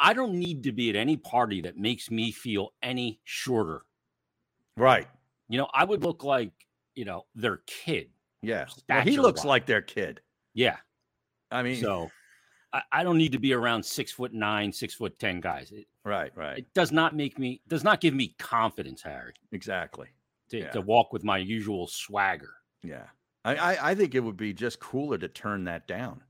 [SPEAKER 1] I don't need to be at any party that makes me feel any shorter.
[SPEAKER 2] Right.
[SPEAKER 1] You know, I would look like, you know, their kid.
[SPEAKER 2] Yeah. Well, he
[SPEAKER 1] Stature
[SPEAKER 2] looks
[SPEAKER 1] wise.
[SPEAKER 2] like their kid.
[SPEAKER 1] Yeah.
[SPEAKER 2] I mean,
[SPEAKER 1] So I, I don't need to be around six foot nine, six foot 10 guys. It,
[SPEAKER 2] right, right,
[SPEAKER 1] it does not make me, does not give me confidence, Harry.
[SPEAKER 2] exactly.
[SPEAKER 1] to,
[SPEAKER 2] Yeah.
[SPEAKER 1] to walk with my usual swagger.
[SPEAKER 2] Yeah. I, I I think it would be just cooler to turn that down.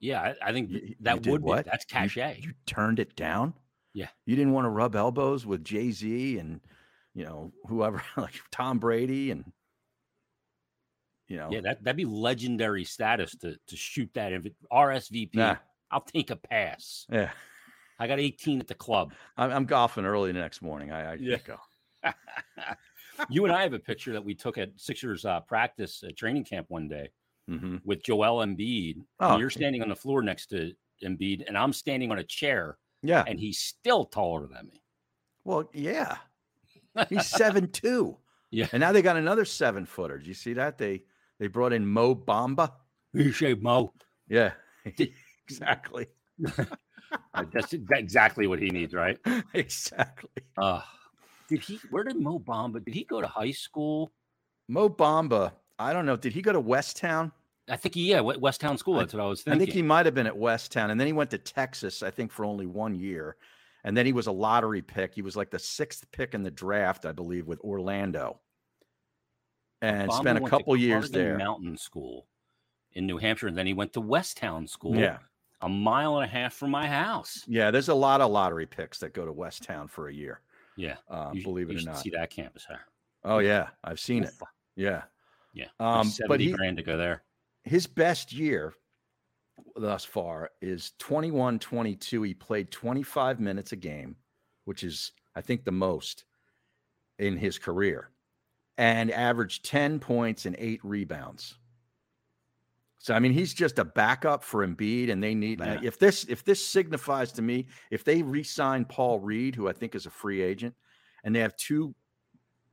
[SPEAKER 1] Yeah, I, I think
[SPEAKER 2] You-
[SPEAKER 1] th-
[SPEAKER 2] you
[SPEAKER 1] that
[SPEAKER 2] did
[SPEAKER 1] would
[SPEAKER 2] what?
[SPEAKER 1] be that's
[SPEAKER 2] You-
[SPEAKER 1] cachet.
[SPEAKER 2] You, turned it down.
[SPEAKER 1] Yeah.
[SPEAKER 2] You didn't want to rub elbows with Jay Z and you know whoever like Tom Brady and you know
[SPEAKER 1] yeah, that that'd be legendary status to to shoot that invi- RSVP.
[SPEAKER 2] nah,
[SPEAKER 1] I'll take a pass.
[SPEAKER 2] yeah.
[SPEAKER 1] I got 18 at the club.
[SPEAKER 2] I'm, I'm golfing early the next morning. I, I
[SPEAKER 1] Yeah.
[SPEAKER 2] can't go.
[SPEAKER 1] you and I have a picture that we took at Sixers uh, practice at training camp one day
[SPEAKER 2] hmm
[SPEAKER 1] with Joel Embiid.
[SPEAKER 2] Oh,
[SPEAKER 1] and you're
[SPEAKER 2] yeah.
[SPEAKER 1] standing on the floor next to Embiid, and I'm standing on a chair,
[SPEAKER 2] Yeah.
[SPEAKER 1] and he's still taller than me.
[SPEAKER 2] Well, yeah. He's seven two.
[SPEAKER 1] Yeah.
[SPEAKER 2] And now they got another seven footer. Did you see that? They they brought in Mo Bamba.
[SPEAKER 1] You say, Mo.
[SPEAKER 2] Yeah. exactly.
[SPEAKER 1] Uh, That's exactly what he needs, right?
[SPEAKER 2] exactly.
[SPEAKER 1] Uh, did he? Where did Mo Bamba? Did he go to high school?
[SPEAKER 2] Mo Bamba. I don't know. Did he go to West Town?
[SPEAKER 1] I think he, yeah, West Westtown School.
[SPEAKER 2] I-
[SPEAKER 1] That's what I was
[SPEAKER 2] I
[SPEAKER 1] thinking.
[SPEAKER 2] think he might have been at West Town, and then he went to Texas. I think for only one year, and then he was a lottery pick. He was like the sixth pick in the draft, I believe, with Orlando, and
[SPEAKER 1] Bamba
[SPEAKER 2] spent a
[SPEAKER 1] went to
[SPEAKER 2] couple years
[SPEAKER 1] Carnegie
[SPEAKER 2] there.
[SPEAKER 1] Mountain School in New Hampshire, and then he went to Westtown School.
[SPEAKER 2] Yeah,
[SPEAKER 1] a mile and a half from my house.
[SPEAKER 2] yeah. There's a lot of lottery picks that go to West Town for a year.
[SPEAKER 1] Yeah,
[SPEAKER 2] Uh,
[SPEAKER 1] you sh-
[SPEAKER 2] believe
[SPEAKER 1] you
[SPEAKER 2] it or
[SPEAKER 1] should
[SPEAKER 2] not.
[SPEAKER 1] see that campus there.
[SPEAKER 2] Oh yeah, I've seen it.
[SPEAKER 1] Oof.
[SPEAKER 2] Yeah.
[SPEAKER 1] Yeah,
[SPEAKER 2] Um,
[SPEAKER 1] seventy
[SPEAKER 2] but he,
[SPEAKER 1] grand to go there.
[SPEAKER 2] his best year thus far is 21 22 he played 25 minutes a game which is i think the most in his career and averaged 10 points and 8 rebounds so i mean he's just a backup for Embiid and they need
[SPEAKER 1] Yeah.
[SPEAKER 2] if this if this signifies to me if they re-sign Paul Reed who i think is a free agent and they have two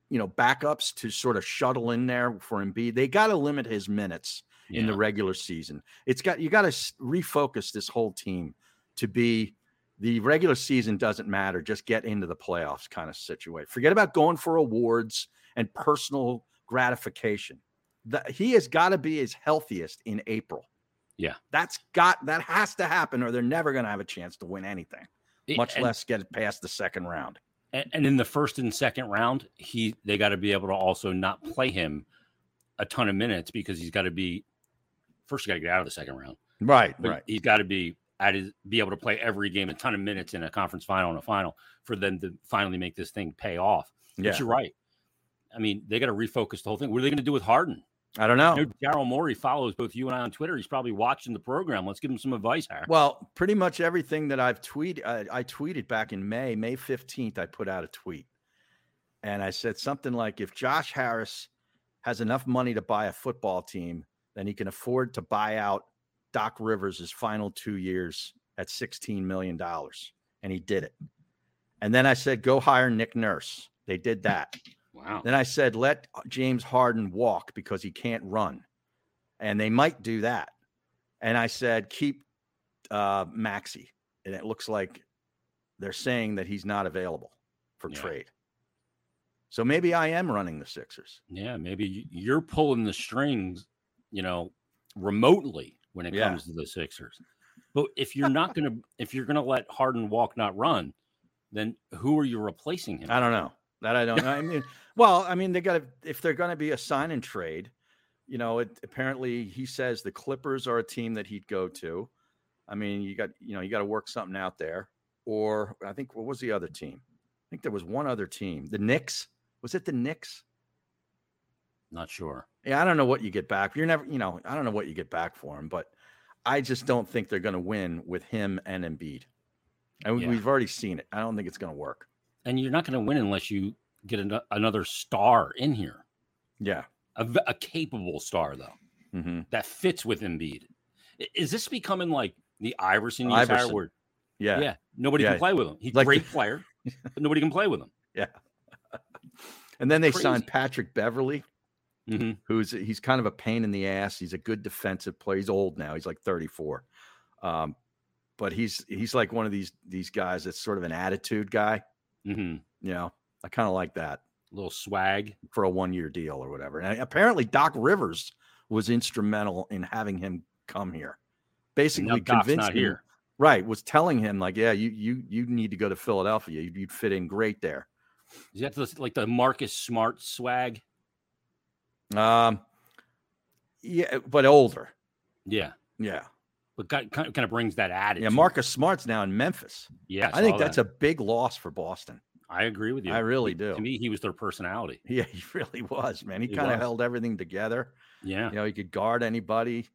[SPEAKER 2] you know backups to sort of shuttle in there for Embiid they got to limit his minutes in the
[SPEAKER 1] Yeah.
[SPEAKER 2] regular season. It's got you got to refocus this whole team to be the regular season doesn't matter. Just get into the playoffs kind of situation. Forget about going for awards and personal gratification. The, he has got to be his healthiest in April.
[SPEAKER 1] Yeah.
[SPEAKER 2] that's got that has to happen, or they're never going to have a chance to win anything,
[SPEAKER 1] It-
[SPEAKER 2] much
[SPEAKER 1] Eh, and,
[SPEAKER 2] less get past the second round.
[SPEAKER 1] And, and in the first and second round, he they got to be able to also not play him a ton of minutes because he's got to be first. You got to get out of the second round.
[SPEAKER 2] Right,
[SPEAKER 1] But He's got to be at his, be able to play every game a ton of minutes in a conference final and a final for them to finally make this thing pay off.
[SPEAKER 2] Yeah,
[SPEAKER 1] But you're right. I mean, they got to refocus the whole thing. What are they going to do with Harden?
[SPEAKER 2] I don't know.
[SPEAKER 1] I know Daryl Morey follows both you and I on Twitter. He's probably watching the program. Let's give him some advice, Harry.
[SPEAKER 2] Well, pretty much everything that I've tweeted, I, I tweeted back in May, May 15th, I put out a tweet. And I said something like if Josh Harris has enough money to buy a football team, then he can afford to buy out Doc Rivers' final two years at $16 million. And he did it. And then I said, go hire Nick Nurse. They did that.
[SPEAKER 1] wow.
[SPEAKER 2] Then I said, let uh, James Harden walk because he can't run. And they might do that. And I said, keep uh, Maxi. And it looks like they're saying that he's not available for
[SPEAKER 1] Yeah.
[SPEAKER 2] trade. So maybe I am running the Sixers.
[SPEAKER 1] Yeah, maybe y- you're pulling the strings, you know, remotely when it
[SPEAKER 2] Yeah.
[SPEAKER 1] comes to the Sixers. But if you're not gonna if you're gonna let Harden walk, not run, then who are you replacing him?
[SPEAKER 2] I don't know. That I don't know. I mean, well, I mean, they got to, if they're going to be a sign and trade, you know, it, apparently he says the Clippers are a team that he'd go to. I mean, you got, you know, you got to work something out there. Or I think, what was the other team? I think there was one other team. The Knicks. Was it the Knicks?
[SPEAKER 1] Not sure.
[SPEAKER 2] Yeah, I don't know what you get back. You're never, you know, I don't know what you get back for him, but I just don't think they're going to win with him and Embiid. And we-
[SPEAKER 1] Yeah.
[SPEAKER 2] we've already seen it. I don't think it's going to work.
[SPEAKER 1] And you're not gonna win unless you get an- another star in here,
[SPEAKER 2] Yeah.
[SPEAKER 1] a, v- a capable star though
[SPEAKER 2] Mm-hmm.
[SPEAKER 1] that fits with Embiid. I- Is this becoming like the Iverson? years, Howard,
[SPEAKER 2] Iverson.
[SPEAKER 1] where-
[SPEAKER 2] Yeah.
[SPEAKER 1] Yeah, nobody
[SPEAKER 2] Yeah.
[SPEAKER 1] can play with him. He's a
[SPEAKER 2] Like
[SPEAKER 1] great
[SPEAKER 2] the-
[SPEAKER 1] player, but nobody can play with him.
[SPEAKER 2] And then they
[SPEAKER 1] Crazy.
[SPEAKER 2] signed Patrick Beverly,
[SPEAKER 1] Mhm.
[SPEAKER 2] who's he's kind of a pain in the ass. He's a good defensive player. He's old now. He's like 34. Um, but he's he's like one of these these guys that's sort of an attitude guy,
[SPEAKER 1] Mhm.
[SPEAKER 2] you know. I kind of like that
[SPEAKER 1] Little swag.
[SPEAKER 2] for a one-year deal or whatever. And apparently Doc Rivers was instrumental in having him come here.
[SPEAKER 1] And now
[SPEAKER 2] Basically
[SPEAKER 1] Doc's
[SPEAKER 2] convinced
[SPEAKER 1] not
[SPEAKER 2] him-
[SPEAKER 1] here.
[SPEAKER 2] right, was telling him like, yeah, you you you need to go to Philadelphia. You'd, you'd fit in great there.
[SPEAKER 1] Is that the, like the Marcus Smart swag?
[SPEAKER 2] Um yeah, but older.
[SPEAKER 1] Yeah,
[SPEAKER 2] Yeah.
[SPEAKER 1] but kind kind of brings that attitude.
[SPEAKER 2] Yeah, Marcus Smart's now in Memphis.
[SPEAKER 1] Yeah,
[SPEAKER 2] I, think that's a big loss for Boston.
[SPEAKER 1] a. I agree with you.
[SPEAKER 2] I really do.
[SPEAKER 1] To me, he was their personality.
[SPEAKER 2] Yeah, he really was, man. He,
[SPEAKER 1] He
[SPEAKER 2] kind of
[SPEAKER 1] was.
[SPEAKER 2] held everything together.
[SPEAKER 1] Yeah,
[SPEAKER 2] You know, he could guard anybody.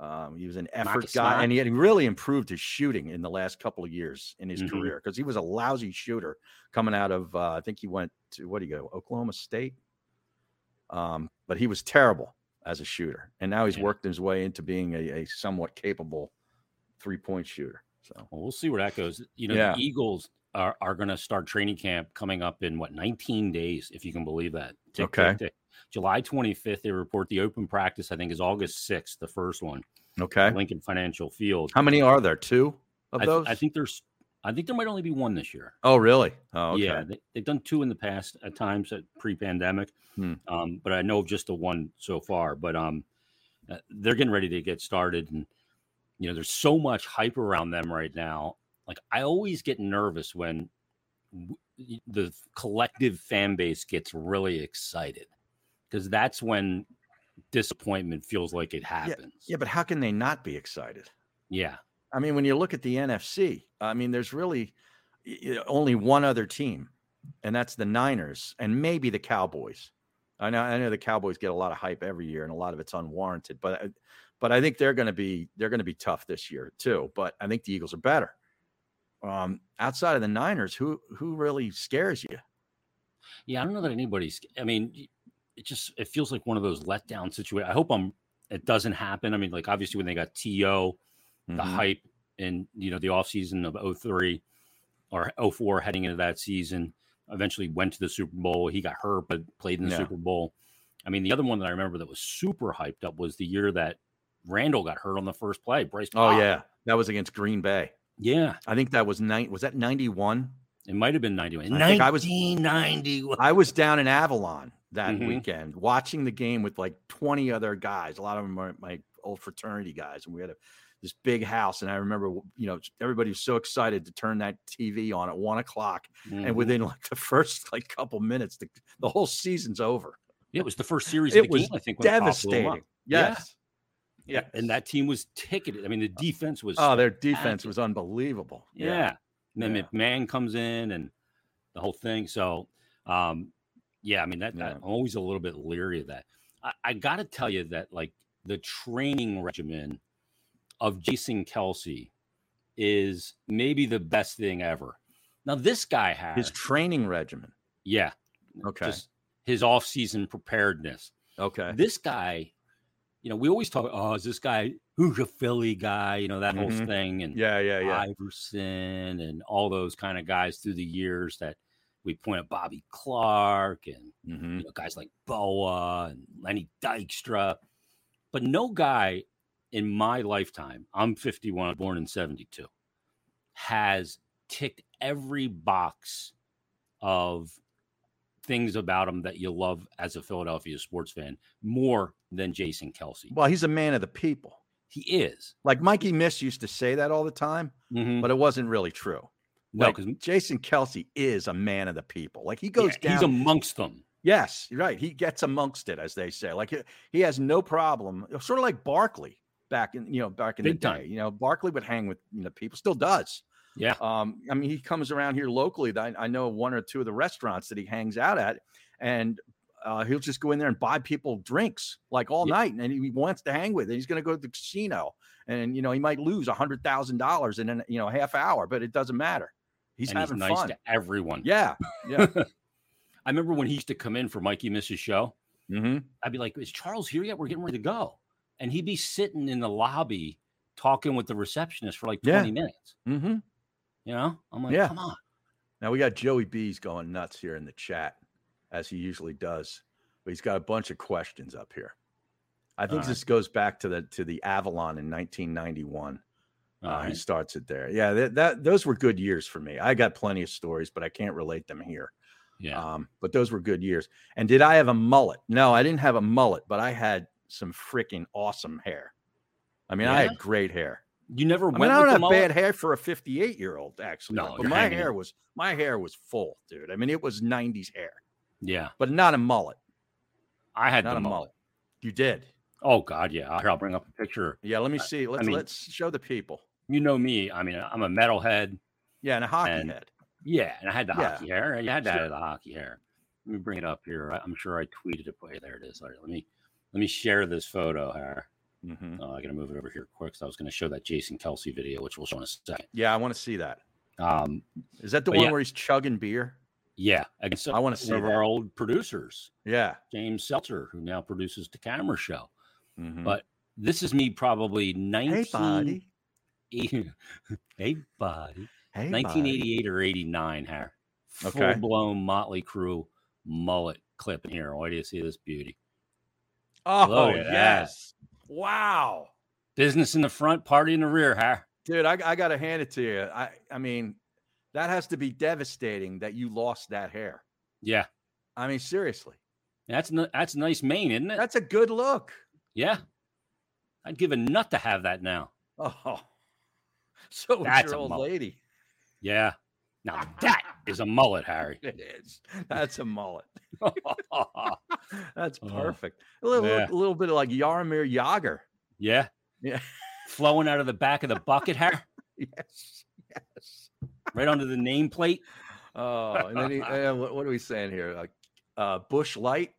[SPEAKER 2] Um, he was an effort
[SPEAKER 1] a
[SPEAKER 2] guy,
[SPEAKER 1] smack.
[SPEAKER 2] and he had he really improved his shooting in the last couple of years in his
[SPEAKER 1] Mhm.
[SPEAKER 2] career because he was a lousy shooter coming out of. Uh, I think he went to what do you go Oklahoma State, um, but he was terrible as a shooter, and now he's
[SPEAKER 1] Yeah.
[SPEAKER 2] worked his way into being a, a somewhat capable three point shooter. So
[SPEAKER 1] Well, we'll see where that goes. You know,
[SPEAKER 2] Yeah.
[SPEAKER 1] the Eagles are, are going to start training camp coming up in what 19 days, if you can believe that. Tick, tick,
[SPEAKER 2] Okay.
[SPEAKER 1] tick. July 25th, they report the open practice. I think is August 6th, the first one,
[SPEAKER 2] okay,
[SPEAKER 1] Lincoln Financial Field.
[SPEAKER 2] how many are there? Two of
[SPEAKER 1] I, th-
[SPEAKER 2] those?
[SPEAKER 1] I think there's. I think there might only be one this year.
[SPEAKER 2] Oh, really? Oh, okay.
[SPEAKER 1] Yeah, they, they've done two in the past at times at pre-pandemic,
[SPEAKER 2] Hmm.
[SPEAKER 1] um, but I know of just the one so far. But um, uh, they're getting ready to get started, and you know, there's so much hype around them right now. Like I always get nervous when w- y- the collective fan base gets really excited because that's when disappointment feels like it happens.
[SPEAKER 2] Yeah, but how can they not be excited?
[SPEAKER 1] yeah.
[SPEAKER 2] I mean, when you look at the NFC, I mean, there's really y- y- only one other team, and that's the Niners and maybe the Cowboys. I know, I know the Cowboys get a lot of hype every year, and a lot of it's unwarranted. But, I- but I think they're going to be they're going to be tough this year too. But I think the Eagles are better. Um, outside of the Niners, who who really scares you?
[SPEAKER 1] Yeah, I don't know that anybody's. I mean, y- it just it feels like one of those letdown situations. I hope I'm. It doesn't happen. I mean, like obviously when they got To, the
[SPEAKER 2] Mhm.
[SPEAKER 1] hype, and you know the offseason of 03 or 04 heading into that season, eventually went to the Super Bowl. He got hurt, but played in the
[SPEAKER 2] Yeah.
[SPEAKER 1] Super Bowl. I mean, the other one that I remember that was super hyped up was the year that Randall got hurt on the first play. Bryce.
[SPEAKER 2] Oh
[SPEAKER 1] Pop.
[SPEAKER 2] yeah, that was against Green Bay.
[SPEAKER 1] yeah.
[SPEAKER 2] I think that was nine. Was that ninety one?
[SPEAKER 1] It might have been ninety-one.
[SPEAKER 2] I think I was-
[SPEAKER 1] 1991.
[SPEAKER 2] I was down in Avalon that
[SPEAKER 1] Mhm.
[SPEAKER 2] weekend watching the game with like 20 other guys. A lot of them are my old fraternity guys. And we had a, this big house. And I remember, you know, everybody was so excited to turn that TV on at one o'clock.
[SPEAKER 1] Mhm.
[SPEAKER 2] And within like the first like couple minutes, the, the whole season's over.
[SPEAKER 1] Yeah, it was the first series.
[SPEAKER 2] It
[SPEAKER 1] of the
[SPEAKER 2] was
[SPEAKER 1] game, I think when Pop blew him up.
[SPEAKER 2] Devastating.
[SPEAKER 1] Yeah.
[SPEAKER 2] Yes.
[SPEAKER 1] Yeah, and that team was ticketed. I mean, the defense was.
[SPEAKER 2] Oh, their defense
[SPEAKER 1] spectacular.
[SPEAKER 2] was unbelievable.
[SPEAKER 1] yeah. And then
[SPEAKER 2] yeah.
[SPEAKER 1] McMahon comes in and the whole thing. So, um, yeah, I mean that,
[SPEAKER 2] Yeah.
[SPEAKER 1] I'm always a little bit leery of that. I, I got to tell you that like the training regimen of Jason Kelsey is maybe the best thing ever. Now this guy has
[SPEAKER 2] His training regimen.
[SPEAKER 1] yeah,
[SPEAKER 2] Okay.
[SPEAKER 1] just his off-season preparedness.
[SPEAKER 2] okay.
[SPEAKER 1] This guy, you know, we always talk, oh, is this guy who's a Philly guy? You know that whole
[SPEAKER 2] Mhm.
[SPEAKER 1] thing and
[SPEAKER 2] Yeah, yeah, yeah.
[SPEAKER 1] Iverson and all those kind of guys through the years that we point at Bobby Clark and
[SPEAKER 2] Mhm.
[SPEAKER 1] you know, guys like Boa and Lenny Dykstra. But no guy in my lifetime, I'm 51, I was born in 72, has ticked every box of things about him that you love as a Philadelphia sports fan more than Jason Kelsey.
[SPEAKER 2] Well, he's a man of the people.
[SPEAKER 1] He is.
[SPEAKER 2] Like Mikey Miss used to say that all the time,
[SPEAKER 1] Mhm.
[SPEAKER 2] but it wasn't really true.
[SPEAKER 1] no,
[SPEAKER 2] like,
[SPEAKER 1] because
[SPEAKER 2] Jason Kelsey is a man of the people. Like he goes down.
[SPEAKER 1] he's amongst them.
[SPEAKER 2] yes, you're right. He gets amongst it, as they say. Like he, he has no problem. Sort of like Barkley back in you know back in the
[SPEAKER 1] Big
[SPEAKER 2] day.
[SPEAKER 1] time.
[SPEAKER 2] You know, Barkley would hang with you know people. Still does.
[SPEAKER 1] Yeah.
[SPEAKER 2] Um, I mean, he comes around here locally. That I, I know one or two of the restaurants that he hangs out at, and uh, he'll just go in there and buy people drinks like all
[SPEAKER 1] Yeah.
[SPEAKER 2] night, and he wants to hang with. And he's going to go to the casino, and you know he might lose a hundred thousand dollars in an, you know half hour, but it doesn't matter. He's
[SPEAKER 1] and he's
[SPEAKER 2] having
[SPEAKER 1] nice
[SPEAKER 2] fun.
[SPEAKER 1] to everyone.
[SPEAKER 2] Yeah, yeah.
[SPEAKER 1] I remember when he used to come in for Mikey Miss's show.
[SPEAKER 2] mm-hmm.
[SPEAKER 1] I'd be like, "Is Charles here yet? We're getting ready to go," and he'd be sitting in the lobby talking with the receptionist for like
[SPEAKER 2] Yeah.
[SPEAKER 1] twenty minutes.
[SPEAKER 2] Mm-hmm.
[SPEAKER 1] You know, I'm like,
[SPEAKER 2] Yeah.
[SPEAKER 1] "Come on,
[SPEAKER 2] Now we got Joey B's going nuts here in the chat, as he usually does. But he's got a bunch of questions up here. I think
[SPEAKER 1] All right.
[SPEAKER 2] this goes back to the to the Avalon in 1991. Uh,
[SPEAKER 1] All
[SPEAKER 2] He
[SPEAKER 1] right.
[SPEAKER 2] starts it there. Yeah, that, that those were good years for me. I got plenty of stories, but I can't relate them here.
[SPEAKER 1] yeah,
[SPEAKER 2] Um, but those were good years. And did I have a mullet? No, I didn't have a mullet, but I had some freaking awesome hair. I mean, I
[SPEAKER 1] Yeah?
[SPEAKER 2] had great hair.
[SPEAKER 1] you never
[SPEAKER 2] I
[SPEAKER 1] went
[SPEAKER 2] mean, I
[SPEAKER 1] with
[SPEAKER 2] don't
[SPEAKER 1] the
[SPEAKER 2] have
[SPEAKER 1] mullet?
[SPEAKER 2] bad hair for a 58 year old, actually.
[SPEAKER 1] No,
[SPEAKER 2] but
[SPEAKER 1] you're
[SPEAKER 2] my
[SPEAKER 1] hanging
[SPEAKER 2] hair
[SPEAKER 1] in.
[SPEAKER 2] was my hair was full, dude. I mean, it was 90s hair,
[SPEAKER 1] Yeah,
[SPEAKER 2] but not a mullet.
[SPEAKER 1] I had
[SPEAKER 2] Not
[SPEAKER 1] the
[SPEAKER 2] a mullet.
[SPEAKER 1] mullet.
[SPEAKER 2] You did.
[SPEAKER 1] Oh God, yeah. Here, I'll bring up a picture.
[SPEAKER 2] Yeah, let me see. Let's
[SPEAKER 1] mean-
[SPEAKER 2] let's show the people.
[SPEAKER 1] You know me. I mean, I'm a metalhead.
[SPEAKER 2] Yeah, and a hockey
[SPEAKER 1] And-
[SPEAKER 2] head.
[SPEAKER 1] Yeah, and I had the
[SPEAKER 2] Yeah.
[SPEAKER 1] hockey hair. You had to
[SPEAKER 2] Sure.
[SPEAKER 1] have the hockey hair. Let me bring it up here. I- I'm sure I tweeted it. for you. there it is. All right, let me let me share this photo here.
[SPEAKER 2] hmm
[SPEAKER 1] Oh, I gotta move it over here quick. So I was gonna show that Jason Kelsey video, which we'll show in a second.
[SPEAKER 2] Yeah, I want to see that.
[SPEAKER 1] Um,
[SPEAKER 2] Is that the
[SPEAKER 1] But
[SPEAKER 2] one
[SPEAKER 1] yeah.
[SPEAKER 2] where he's chugging beer?
[SPEAKER 1] Yeah, against
[SPEAKER 2] I wanna see
[SPEAKER 1] one of
[SPEAKER 2] that.
[SPEAKER 1] our old producers,
[SPEAKER 2] Yeah.
[SPEAKER 1] James Seltzer, who now produces the Camera Show.
[SPEAKER 2] Mhm.
[SPEAKER 1] But This is me probably
[SPEAKER 2] hey,
[SPEAKER 1] 19
[SPEAKER 2] buddy.
[SPEAKER 1] hey, buddy.
[SPEAKER 2] Hey, buddy.
[SPEAKER 1] 1988 or 89 hair. Full
[SPEAKER 2] Okay.
[SPEAKER 1] blown Motley Crue mullet clip in here. Why do you see this beauty?
[SPEAKER 2] Oh
[SPEAKER 1] Look at that.
[SPEAKER 2] yes. Wow,
[SPEAKER 1] Business in the front, party in the rear, hair.
[SPEAKER 2] dude. I I gotta hand it to you. I I mean, that has to be devastating that you lost that hair.
[SPEAKER 1] Yeah.
[SPEAKER 2] I mean, seriously.
[SPEAKER 1] That's n- that's nice Maine, isn't it?
[SPEAKER 2] That's a good look.
[SPEAKER 1] yeah. I'd give a nut to have that now.
[SPEAKER 2] Oh, so was
[SPEAKER 1] That's
[SPEAKER 2] your
[SPEAKER 1] a
[SPEAKER 2] old
[SPEAKER 1] mullet.
[SPEAKER 2] lady.
[SPEAKER 1] Yeah. Now that is a mullet, Harry.
[SPEAKER 2] It is. That's a mullet. That's
[SPEAKER 1] Oh,
[SPEAKER 2] perfect. A little,
[SPEAKER 1] yeah.
[SPEAKER 2] look- a little bit like Yaramir Yager.
[SPEAKER 1] yeah.
[SPEAKER 2] Yeah.
[SPEAKER 1] Flowing out of the back of the bucket, hair.
[SPEAKER 2] Yes. Yes.
[SPEAKER 1] right onto the nameplate.
[SPEAKER 2] Oh, and then he, uh, what, what are we saying here? Like uh, Bush Light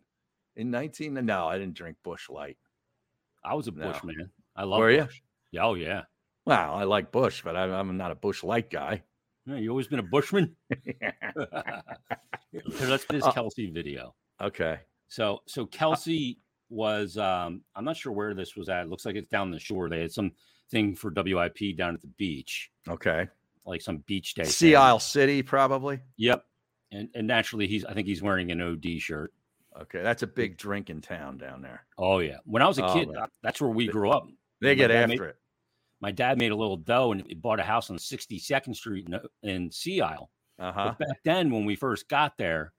[SPEAKER 2] in 19. No, I didn't drink Bush Light.
[SPEAKER 1] I was a
[SPEAKER 2] No.
[SPEAKER 1] Bushman. I love.
[SPEAKER 2] Were ya?
[SPEAKER 1] Bush. Yeah, oh yeah.
[SPEAKER 2] Well, I like Bush, but I'm, I'm not a Bush Light guy.
[SPEAKER 1] Yeah, you always been a Bushman. so let's do this
[SPEAKER 2] Uh,
[SPEAKER 1] Kelsey video.
[SPEAKER 2] okay.
[SPEAKER 1] So so Kelsey was um I'm not sure where this was at. It looks like it's down the shore. They had some thing for WIP down at the beach,
[SPEAKER 2] Okay.
[SPEAKER 1] like some beach day.
[SPEAKER 2] Sea
[SPEAKER 1] thing.
[SPEAKER 2] Isle City, probably.
[SPEAKER 1] Yep. And and naturally he's I think he's wearing an OD shirt.
[SPEAKER 2] Okay. That's a big drinking town down there.
[SPEAKER 1] Oh yeah. When I was a
[SPEAKER 2] Oh,
[SPEAKER 1] kid,
[SPEAKER 2] man.
[SPEAKER 1] that's where we grew up.
[SPEAKER 2] They
[SPEAKER 1] My
[SPEAKER 2] get
[SPEAKER 1] dad made-
[SPEAKER 2] after it.
[SPEAKER 1] My dad made a little dough and he bought a house on 62nd Street in, uh, in Sea Isle.
[SPEAKER 2] Uh huh.
[SPEAKER 1] But back then, when we first got there,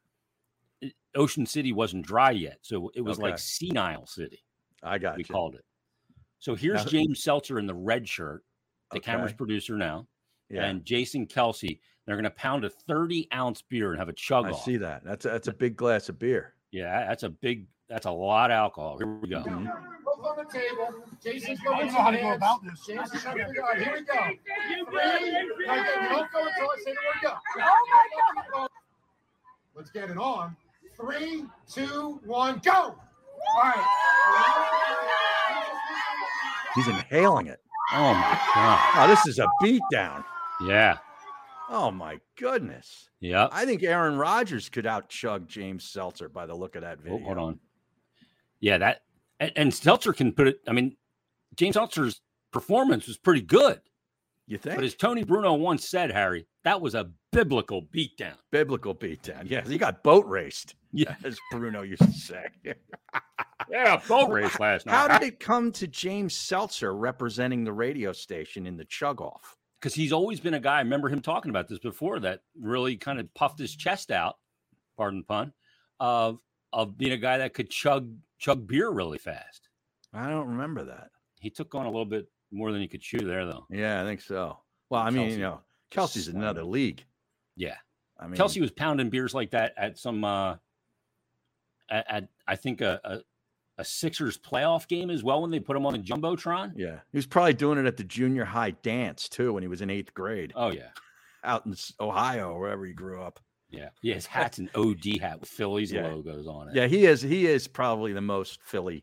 [SPEAKER 1] it- Ocean City wasn't dry yet, so it was
[SPEAKER 2] Okay.
[SPEAKER 1] like senile city.
[SPEAKER 2] I got
[SPEAKER 1] We
[SPEAKER 2] you.
[SPEAKER 1] called it. So here's
[SPEAKER 2] Now-
[SPEAKER 1] James Seltzer in the red shirt, the camera's
[SPEAKER 2] Okay.
[SPEAKER 1] producer now,
[SPEAKER 2] Yeah.
[SPEAKER 1] and Jason Kelsey. They're going to pound a 30 ounce beer and have a chug
[SPEAKER 2] I
[SPEAKER 1] off.
[SPEAKER 2] see that. That's a, that's a big glass of beer.
[SPEAKER 1] Yeah, that's a big. That's a lot of alcohol. Here we go.
[SPEAKER 2] Mhm.
[SPEAKER 3] Both on the table. Jason's
[SPEAKER 4] I
[SPEAKER 3] going
[SPEAKER 4] don't
[SPEAKER 3] to
[SPEAKER 4] know how to go about this.
[SPEAKER 3] Jason's going to go. Here we go. Three. Like, don't go until I say the word go.
[SPEAKER 4] Oh
[SPEAKER 3] my God. Let's get it on. Three, two, one, go. All right.
[SPEAKER 4] Oh
[SPEAKER 2] He's inhaling it.
[SPEAKER 1] Oh my god.
[SPEAKER 2] Oh, this is a beatdown.
[SPEAKER 1] Yeah.
[SPEAKER 2] Oh my goodness.
[SPEAKER 1] Yep.
[SPEAKER 2] I think Aaron Rodgers could out chug James Seltzer by the look of that
[SPEAKER 1] Oh,
[SPEAKER 2] video.
[SPEAKER 1] hold on. Yeah, that and, and Seltzer can put it. I mean, James Seltzer's performance was pretty good,
[SPEAKER 2] You
[SPEAKER 1] but
[SPEAKER 2] think?
[SPEAKER 1] as Tony Bruno once said, Harry, that was a biblical beatdown.
[SPEAKER 2] Biblical beatdown. Yes, he got boat raced,
[SPEAKER 1] Yeah,
[SPEAKER 2] as Bruno used to say.
[SPEAKER 1] yeah, boat race last
[SPEAKER 2] How did it come to James Seltzer representing the radio station in the chug off?
[SPEAKER 1] Because he's always been a guy. I remember him talking about this before. That really kind of puffed his chest out. Pardon the pun. Of of being a guy that could chug chug beer really fast.
[SPEAKER 2] I don't remember that.
[SPEAKER 1] He took on a little bit more than he could chew there, though.
[SPEAKER 2] Yeah, I think so. Well, I mean,
[SPEAKER 1] Kelsey.
[SPEAKER 2] you know, Kelsey's
[SPEAKER 1] Slam
[SPEAKER 2] another
[SPEAKER 1] it.
[SPEAKER 2] league.
[SPEAKER 1] Yeah.
[SPEAKER 2] I mean,
[SPEAKER 1] Kelsey was pounding beers like that at some uh at, at I think a, a a Sixers playoff game as well when they put him on a jumbotron.
[SPEAKER 2] Yeah, he was probably doing it at the junior high dance too when he was in eighth grade
[SPEAKER 1] Oh yeah,
[SPEAKER 2] out in S- Ohio, wherever he grew up.
[SPEAKER 1] yeah, yeah. His hat's an OD hat with Phillies
[SPEAKER 2] Yeah.
[SPEAKER 1] logos on it.
[SPEAKER 2] Yeah, he is. He is probably the most Philly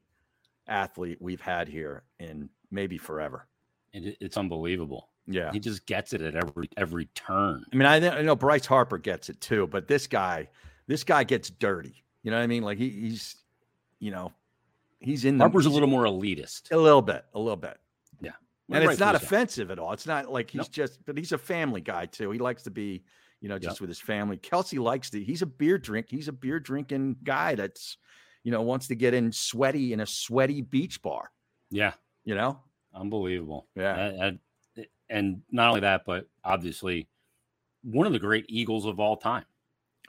[SPEAKER 2] athlete we've had here in maybe forever.
[SPEAKER 1] and it, it's unbelievable.
[SPEAKER 2] Yeah,
[SPEAKER 1] He just gets it at every every turn.
[SPEAKER 2] I mean, I, know- I know Bryce Harper gets it too, but this guy, this guy gets dirty. You know what I mean? Like he, he's, you know, he's in the
[SPEAKER 1] Harper's a
[SPEAKER 2] he's-
[SPEAKER 1] little more elitist,
[SPEAKER 2] a little bit, a little bit. and it's not
[SPEAKER 1] Rightfully so.
[SPEAKER 2] offensive at all. It's not like he's
[SPEAKER 1] Nope.
[SPEAKER 2] just, but he's a family guy too. He likes to be, you know,
[SPEAKER 1] Yep.
[SPEAKER 2] just with his family. Kelsey likes to. He's a beer drink. He's a beer drinking guy that's, you know, wants to get in sweaty in a sweaty beach bar.
[SPEAKER 1] Yeah,
[SPEAKER 2] You know,
[SPEAKER 1] unbelievable.
[SPEAKER 2] yeah,
[SPEAKER 1] And- and- and not only that, but obviously one of the great Eagles of all time.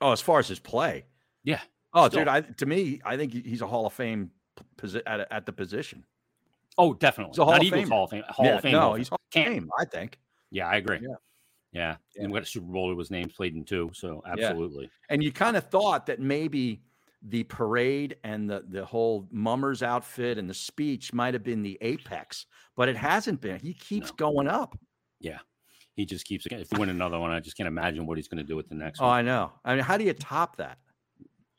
[SPEAKER 2] Oh, as far as his play,
[SPEAKER 1] Yeah,
[SPEAKER 2] Oh,
[SPEAKER 1] still.
[SPEAKER 2] dude, I to me, I think he- he's a Hall of Fame posi- at, a- at the position.
[SPEAKER 1] Oh, definitely.
[SPEAKER 2] He's a Hall
[SPEAKER 1] not
[SPEAKER 2] of
[SPEAKER 1] Eagles
[SPEAKER 2] Famer.
[SPEAKER 1] Hall of Fame. Hall
[SPEAKER 2] yeah,
[SPEAKER 1] of Fame.
[SPEAKER 2] no,
[SPEAKER 1] Hall of Fame.
[SPEAKER 2] he's Hall of
[SPEAKER 1] Can't-
[SPEAKER 2] Fame. I think.
[SPEAKER 1] Yeah, I agree.
[SPEAKER 2] Yeah.
[SPEAKER 1] Yeah.
[SPEAKER 2] Yeah.
[SPEAKER 1] And we got a Super Bowl with his name played in two. So absolutely.
[SPEAKER 2] And you kind of thought that maybe the parade and the the whole mummer's outfit and the speech might have been the apex, but it hasn't been. He keeps
[SPEAKER 1] No.
[SPEAKER 2] going up.
[SPEAKER 1] He just keeps if he win another one, I just can't imagine what he's gonna do with the next
[SPEAKER 2] Oh,
[SPEAKER 1] one.
[SPEAKER 2] I know. I mean, how do you top that?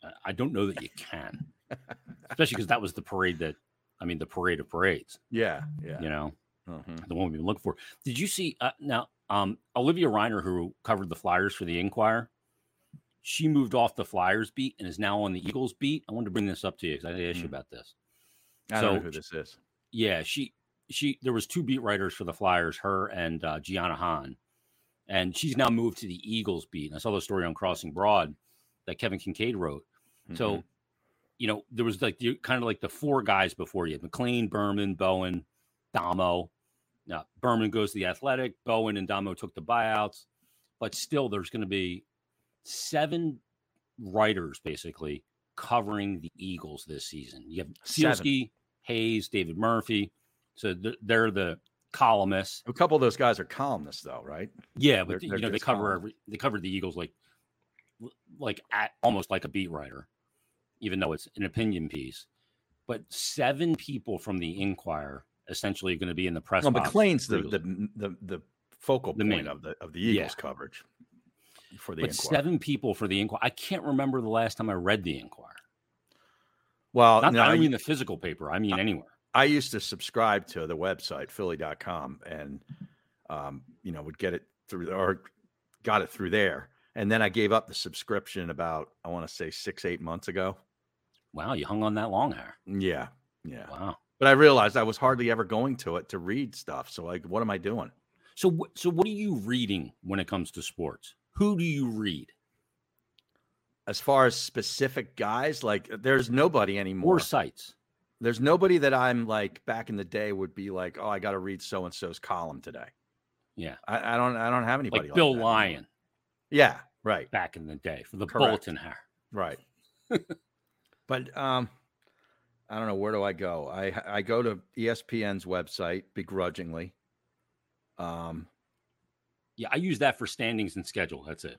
[SPEAKER 1] I, I don't know that you can. Especially because that was the parade that I mean the parade of parades,
[SPEAKER 2] Yeah, yeah.
[SPEAKER 1] you know,
[SPEAKER 2] Mhm.
[SPEAKER 1] the one we've been looking for. Did you see uh, now um Olivia Reiner, who covered the Flyers for the Inquirer? She moved off the Flyers beat and is now on the Eagles beat. I wanted to bring this up to you because I did ask you
[SPEAKER 2] Mm.
[SPEAKER 1] about this.
[SPEAKER 2] I don't know
[SPEAKER 1] So-
[SPEAKER 2] who this is.
[SPEAKER 1] yeah she she there was two beat writers for the flyers her and uh, gianna hahn and she's now moved to the eagles beat and i saw the story on crossing broad that kevin kincaid wrote
[SPEAKER 2] Mhm.
[SPEAKER 1] so you know there was like the kind of like the four guys before you mclean berman bowen damo now berman goes to the athletic bowen and damo took the buyouts but still there's going to be seven writers basically covering the eagles this season you have
[SPEAKER 2] Seven.
[SPEAKER 1] Sealski, hayes david murphy so th- they're the columnists
[SPEAKER 2] a couple of those guys are columnists, though, right?
[SPEAKER 1] yeah
[SPEAKER 2] They're-
[SPEAKER 1] but
[SPEAKER 2] they're
[SPEAKER 1] you know they
[SPEAKER 2] just
[SPEAKER 1] cover
[SPEAKER 2] columnists.
[SPEAKER 1] every they cover the eagles like like at almost like a beat writer even though it's an opinion piece but seven people from the inquirer essentially are going to be in the press
[SPEAKER 2] No,
[SPEAKER 1] box
[SPEAKER 2] McLean's the
[SPEAKER 1] Eagles.
[SPEAKER 2] the the, the focal
[SPEAKER 1] The
[SPEAKER 2] point
[SPEAKER 1] main.
[SPEAKER 2] of the of the
[SPEAKER 1] Yeah.
[SPEAKER 2] Eagles coverage for the
[SPEAKER 1] but
[SPEAKER 2] Inquirer.
[SPEAKER 1] seven people for the inquirer i can't remember the last time i read the inquirer
[SPEAKER 2] well,
[SPEAKER 1] Not,
[SPEAKER 2] Oh, no, Uh,
[SPEAKER 1] i
[SPEAKER 2] you-
[SPEAKER 1] don't mean the physical paper i mean anywhere
[SPEAKER 2] I used to subscribe to the website philly.com and um, you know would get it through or got it through there. And then I gave up the subscription about I want to say 6 8 months ago.
[SPEAKER 1] wow you hung on that long hair
[SPEAKER 2] Yeah. Yeah.
[SPEAKER 1] wow
[SPEAKER 2] But I realized I was hardly ever going to it to read stuff. So like what am I doing?
[SPEAKER 1] so wh- so what are you reading when it comes to sports who do you read
[SPEAKER 2] As far as specific guys, like there's nobody anymore.
[SPEAKER 1] more sites
[SPEAKER 2] There's nobody that I'm like back in the day would be like, "Oh, I got to read so and so's column today."
[SPEAKER 1] Yeah.
[SPEAKER 2] I, I don't I don't have anybody
[SPEAKER 1] like bill
[SPEAKER 2] that.
[SPEAKER 1] lyon
[SPEAKER 2] Yeah, right.
[SPEAKER 1] back in the day for the
[SPEAKER 2] Correct.
[SPEAKER 1] bulletin hair
[SPEAKER 2] Right. but um I don't know where do I go? I I go to E ESPN's website begrudgingly. Um
[SPEAKER 1] yeah i use that for standings and schedule that's it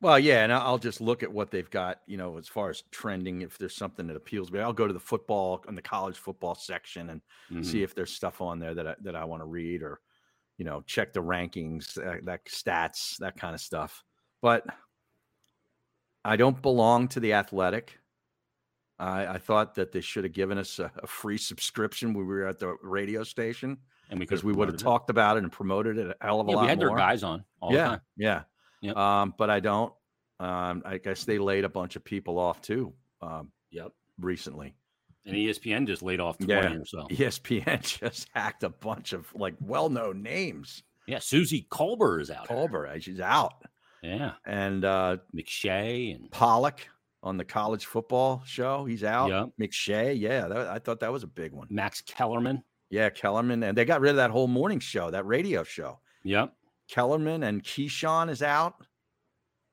[SPEAKER 2] well, yeah, and I- I'll just look at what they've got, you know, as far as trending if there's something that appeals me. I'll go to the football and the college football section and
[SPEAKER 1] Mhm.
[SPEAKER 2] see if there's stuff on there that I, that I want to read or you know, check the rankings, uh, that stats, that kind of stuff. But I don't belong to the athletic. I, I thought that they should have given us a, a free subscription when we were at the radio station
[SPEAKER 1] and we
[SPEAKER 2] because
[SPEAKER 1] could've
[SPEAKER 2] we would have
[SPEAKER 1] promoted it.
[SPEAKER 2] talked about it and promoted it a hell of a
[SPEAKER 1] Yeah,
[SPEAKER 2] lot
[SPEAKER 1] we had
[SPEAKER 2] more.
[SPEAKER 1] their guys on all
[SPEAKER 2] yeah,
[SPEAKER 1] the time.
[SPEAKER 2] yeah.
[SPEAKER 1] Yep.
[SPEAKER 2] Um, but I don't. Um, I guess they laid a bunch of people off too um,
[SPEAKER 1] Yep.
[SPEAKER 2] recently.
[SPEAKER 1] And E ESPN just laid off 20
[SPEAKER 2] Yeah.
[SPEAKER 1] or so.
[SPEAKER 2] E ESPN just hacked a bunch of like well-known names.
[SPEAKER 1] Yeah. Susie Colbert is out. here.
[SPEAKER 2] Culver, she's out,
[SPEAKER 1] Yeah.
[SPEAKER 2] and uh,
[SPEAKER 1] McShay and
[SPEAKER 2] Pollock on the college football show, he's out.
[SPEAKER 1] Yep.
[SPEAKER 2] McShay, yeah, that, I thought that was a big one.
[SPEAKER 1] Max Kellerman.
[SPEAKER 2] Yeah, Kellerman, and they got rid of that whole morning show, that radio show.
[SPEAKER 1] Yep.
[SPEAKER 2] Kellerman and Keyshawn is out.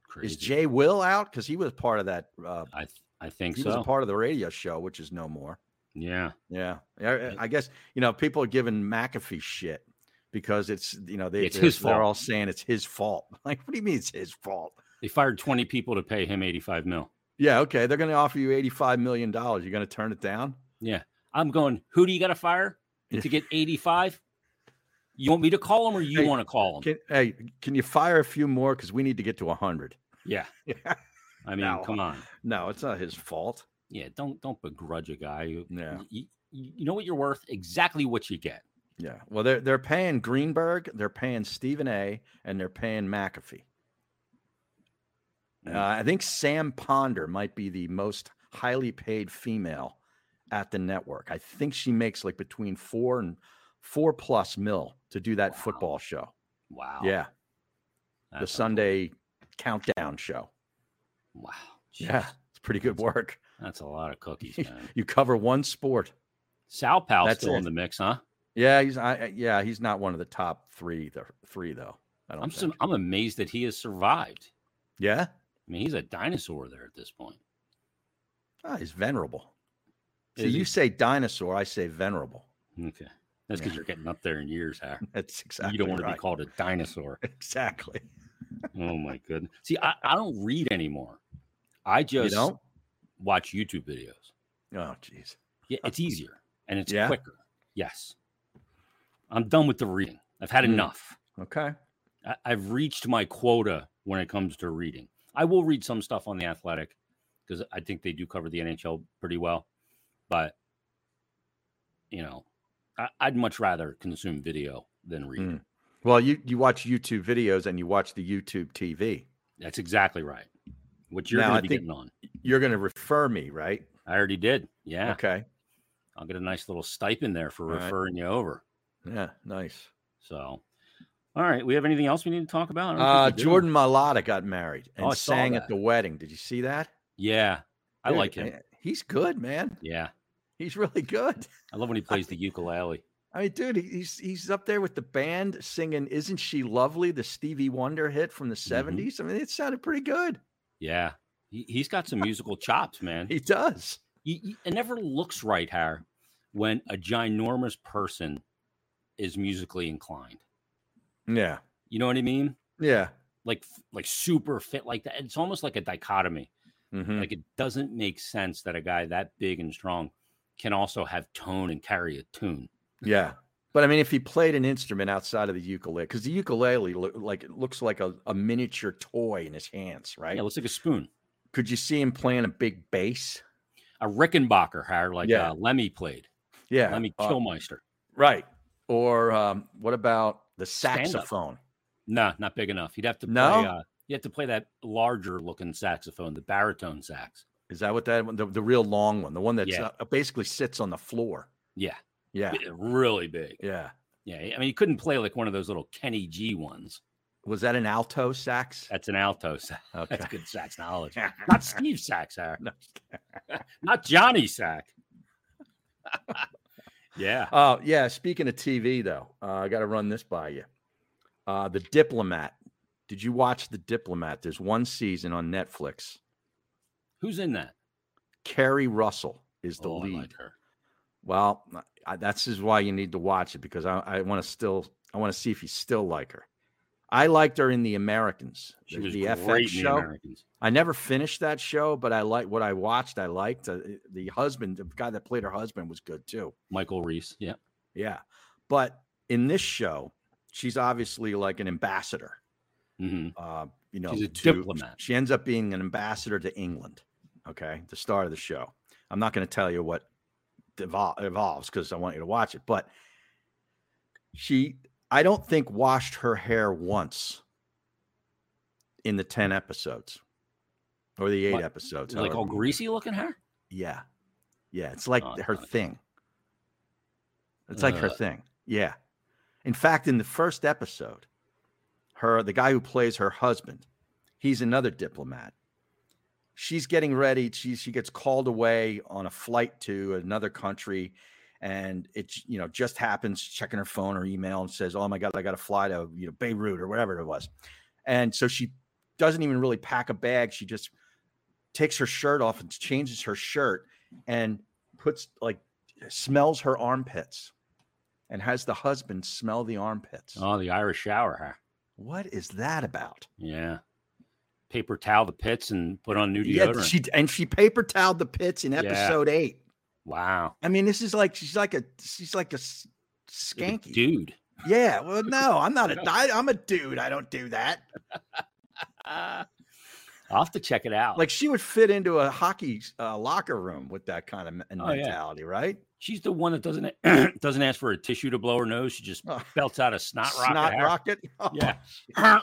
[SPEAKER 1] Crazy.
[SPEAKER 2] Is Jay Will out? Because he was part of that. Uh,
[SPEAKER 1] I th- I think
[SPEAKER 2] he was
[SPEAKER 1] so.
[SPEAKER 2] a part of the radio show, which is no more.
[SPEAKER 1] yeah.
[SPEAKER 2] Yeah, Yeah, I-
[SPEAKER 1] Yeah.
[SPEAKER 2] I guess you know people are giving McAfee shit because it's you know they
[SPEAKER 1] It's
[SPEAKER 2] they're-
[SPEAKER 1] his
[SPEAKER 2] They're
[SPEAKER 1] fault.
[SPEAKER 2] all saying it's his fault. Like, what do you mean it's his fault?
[SPEAKER 1] They fired 20 people to pay him 85 mil.
[SPEAKER 2] Yeah, okay, they're going to offer you eighty-five million dollars. You're going to turn it down?
[SPEAKER 1] I'm going, who do you got to fire
[SPEAKER 2] Yeah.
[SPEAKER 1] to get 85? You want me to call him or you
[SPEAKER 2] Hey,
[SPEAKER 1] want to call him?
[SPEAKER 2] Can, hey, can you fire a few more because we need to get to hundred?
[SPEAKER 1] yeah. I mean,
[SPEAKER 2] No.
[SPEAKER 1] come on.
[SPEAKER 2] no, it's not his fault.
[SPEAKER 1] Yeah. Don't don't begrudge a guy. You,
[SPEAKER 2] Yeah.
[SPEAKER 1] you, you know what you're worth? Exactly what you get.
[SPEAKER 2] Yeah, well, they're they're paying Greenberg, they're paying Stephen A, and they're paying McAfee. Uh,
[SPEAKER 1] Yeah.
[SPEAKER 2] I think Sam Ponder might be the most highly paid female at the network. I think she makes like between four and four plus mil to do that
[SPEAKER 1] Wow.
[SPEAKER 2] football show.
[SPEAKER 1] Wow.
[SPEAKER 2] Yeah, the
[SPEAKER 1] That's a-
[SPEAKER 2] Sunday countdown show.
[SPEAKER 1] Wow.
[SPEAKER 2] Yeah,
[SPEAKER 1] Jeez.
[SPEAKER 2] it's pretty good work.
[SPEAKER 1] That's a lot of cookies, man.
[SPEAKER 2] You cover one sport.
[SPEAKER 1] Sal Pal's
[SPEAKER 2] That's
[SPEAKER 1] still in
[SPEAKER 2] it.
[SPEAKER 1] the mix, huh?
[SPEAKER 2] Yeah, he's I, I- yeah he's not one of the top three though. Three though. I don't
[SPEAKER 1] I'm
[SPEAKER 2] think.
[SPEAKER 1] so, I'm amazed that he has survived.
[SPEAKER 2] yeah,
[SPEAKER 1] I mean, he's a dinosaur there at this point.
[SPEAKER 2] Ah, he's venerable. So
[SPEAKER 1] Is
[SPEAKER 2] you
[SPEAKER 1] he?
[SPEAKER 2] say dinosaur, I say venerable.
[SPEAKER 1] Okay. That's
[SPEAKER 2] Yeah.
[SPEAKER 1] because you're getting up there in years, Har.
[SPEAKER 2] That's exactly.
[SPEAKER 1] you don't want to
[SPEAKER 2] right.
[SPEAKER 1] be called a dinosaur.
[SPEAKER 2] exactly.
[SPEAKER 1] oh my goodness. See, I, I don't read anymore. I just
[SPEAKER 2] you don't.
[SPEAKER 1] watch YouTube videos.
[SPEAKER 2] Oh, jeez.
[SPEAKER 1] Yeah, it's easier and it's
[SPEAKER 2] Yeah?
[SPEAKER 1] quicker. Yes. I'm done with the reading. I've had
[SPEAKER 2] Mm.
[SPEAKER 1] enough.
[SPEAKER 2] Okay.
[SPEAKER 1] I, I've reached my quota when it comes to reading. I will read some stuff on the athletic because I think they do cover the NHL pretty well. But you know, I, I'd much rather consume video than read.
[SPEAKER 2] Mm. Well, you you watch YouTube videos and you watch the YouTube TV.
[SPEAKER 1] That's exactly right. What you're
[SPEAKER 2] Now,
[SPEAKER 1] going to
[SPEAKER 2] I
[SPEAKER 1] be
[SPEAKER 2] think-
[SPEAKER 1] getting on.
[SPEAKER 2] You're going to refer me, right?
[SPEAKER 1] I already did. Yeah.
[SPEAKER 2] Okay.
[SPEAKER 1] I'll get a nice little stipend there for
[SPEAKER 2] All right.
[SPEAKER 1] referring you over.
[SPEAKER 2] Yeah. Nice.
[SPEAKER 1] So, all right. We have anything else we need to talk about? I don't think
[SPEAKER 2] Uh,
[SPEAKER 1] we do.
[SPEAKER 2] Jordan Malata got married and
[SPEAKER 1] Oh, I saw
[SPEAKER 2] sang at
[SPEAKER 1] that.
[SPEAKER 2] the wedding. Did you see that?
[SPEAKER 1] Yeah. I
[SPEAKER 2] Dude,
[SPEAKER 1] like him.
[SPEAKER 2] eh, He's good, man.
[SPEAKER 1] Yeah.
[SPEAKER 2] He's really good.
[SPEAKER 1] I love when he plays the ukulele.
[SPEAKER 2] I mean, dude, he- he's he's up there with the band singing "Isn't She Lovely," the Stevie Wonder hit from the '70s. I mean, it sounded pretty good.
[SPEAKER 1] Yeah. He, he's got some musical chops, man.
[SPEAKER 2] He does.
[SPEAKER 1] you, you- it never looks right, Har, when a ginormous person is musically inclined.
[SPEAKER 2] Yeah.
[SPEAKER 1] You know what I mean?
[SPEAKER 2] Yeah.
[SPEAKER 1] Like f- like super fit like that. It's almost like a dichotomy.
[SPEAKER 2] Mhm.
[SPEAKER 1] Like it doesn't make sense that a guy that big and strong can also have tone and carry a tune.
[SPEAKER 2] Yeah. But I mean, if he played an instrument outside of the ukulele, because the ukulele loo- like it looks like a, a miniature toy in his hands, right?
[SPEAKER 1] Yeah, it looks like a spoon.
[SPEAKER 2] Could you see him playing a big bass?
[SPEAKER 1] A Rickenbacker, Har, like
[SPEAKER 2] Yeah.
[SPEAKER 1] uh, Lemmy played.
[SPEAKER 2] Yeah.
[SPEAKER 1] Lemmy
[SPEAKER 2] uh,
[SPEAKER 1] Killmeister.
[SPEAKER 2] right. Or um, what about the
[SPEAKER 1] Stand up.
[SPEAKER 2] saxophone?
[SPEAKER 1] No, not big enough. You'd have to play.
[SPEAKER 2] No?
[SPEAKER 1] Uh, you have to play that larger looking saxophone, the baritone sax.
[SPEAKER 2] Is that what that one, the, the real long one, the one that's
[SPEAKER 1] Yeah.
[SPEAKER 2] uh, basically sits on the floor?
[SPEAKER 1] Yeah,
[SPEAKER 2] Yeah.
[SPEAKER 1] b- really big.
[SPEAKER 2] Yeah.
[SPEAKER 1] Yeah, I mean, you couldn't play like one of those little Kenny G ones.
[SPEAKER 2] Was that an alto sax?
[SPEAKER 1] That's an alto sax.
[SPEAKER 2] Okay.
[SPEAKER 1] That's good sax knowledge. Not Steve Sax, Har.
[SPEAKER 2] No.
[SPEAKER 1] not Johnny Sack. yeah.
[SPEAKER 2] Oh, yeah. Speaking of TV, though, uh, I got to run this by you. Uh, the Diplomat. Did you watch The Diplomat? There's one season on Netflix.
[SPEAKER 1] Who's in that?
[SPEAKER 2] Carrie Russell is the
[SPEAKER 1] Oh, I
[SPEAKER 2] lead.
[SPEAKER 1] like her.
[SPEAKER 2] Well, I, that's is why you need to watch it because I, I want to still I want to see if you still like her. I liked her in The Americans,
[SPEAKER 1] She
[SPEAKER 2] the,
[SPEAKER 1] was
[SPEAKER 2] the
[SPEAKER 1] great
[SPEAKER 2] FX
[SPEAKER 1] in the
[SPEAKER 2] show.
[SPEAKER 1] Americans.
[SPEAKER 2] I never finished that show, but I like what I watched. I liked uh, the husband, the guy that played her husband, was good too.
[SPEAKER 1] Michael Reese. Yeah.
[SPEAKER 2] Yeah. But in this show, she's obviously like an ambassador.
[SPEAKER 1] hmm
[SPEAKER 2] Uh, you know,
[SPEAKER 1] She's a
[SPEAKER 2] to-
[SPEAKER 1] diplomat.
[SPEAKER 2] She ends up being an ambassador to England. Okay. The star of the show. I'm not going to tell you what devol- evolves because I want you to watch it. But she, I don't think, washed her hair once in the 10 episodes or the eight
[SPEAKER 1] What?
[SPEAKER 2] episodes.
[SPEAKER 1] like
[SPEAKER 2] however
[SPEAKER 1] all
[SPEAKER 2] many.
[SPEAKER 1] greasy looking hair.
[SPEAKER 2] Yeah. Yeah. It's like
[SPEAKER 1] Oh,
[SPEAKER 2] her
[SPEAKER 1] nice.
[SPEAKER 2] thing. It's like her
[SPEAKER 1] Ugh.
[SPEAKER 2] thing. Yeah. In fact, in the first episode, her the guy who plays her husband, he's another diplomat. She's getting ready. She she gets called away on a flight to another country. And it you know just happens checking her phone or email and says, Oh my god, I gotta fly to you know Beirut or whatever it was. And so she doesn't even really pack a bag. She just takes her shirt off and changes her shirt and puts like smells her armpits and has the husband smell the armpits.
[SPEAKER 1] Oh, the Irish shower hair.
[SPEAKER 2] What is that about?
[SPEAKER 1] Yeah. Paper towel the pits and put on new
[SPEAKER 2] Yeah,
[SPEAKER 1] deodorant.
[SPEAKER 2] she and she paper toweled the pits in
[SPEAKER 1] Yeah.
[SPEAKER 2] episode eight.
[SPEAKER 1] wow.
[SPEAKER 2] I mean, this is like she's like a she's like a s-
[SPEAKER 1] Look at
[SPEAKER 2] skanky.
[SPEAKER 1] Dude.
[SPEAKER 2] Yeah, well, no, I'm not a
[SPEAKER 1] No.
[SPEAKER 2] di- I'm a dude. I don't do that.
[SPEAKER 1] Ah. I'll have to check it out.
[SPEAKER 2] Like she would fit into a hockey uh, locker room with that kind of men-
[SPEAKER 1] Oh, yeah.
[SPEAKER 2] mentality, right?
[SPEAKER 1] she's the one that doesn't doesn't ask for a tissue to blow her nose. She just
[SPEAKER 2] Oh,
[SPEAKER 1] belts out a snot rocket.
[SPEAKER 2] snot
[SPEAKER 1] hair.
[SPEAKER 2] rocket. Oh,
[SPEAKER 1] Yeah.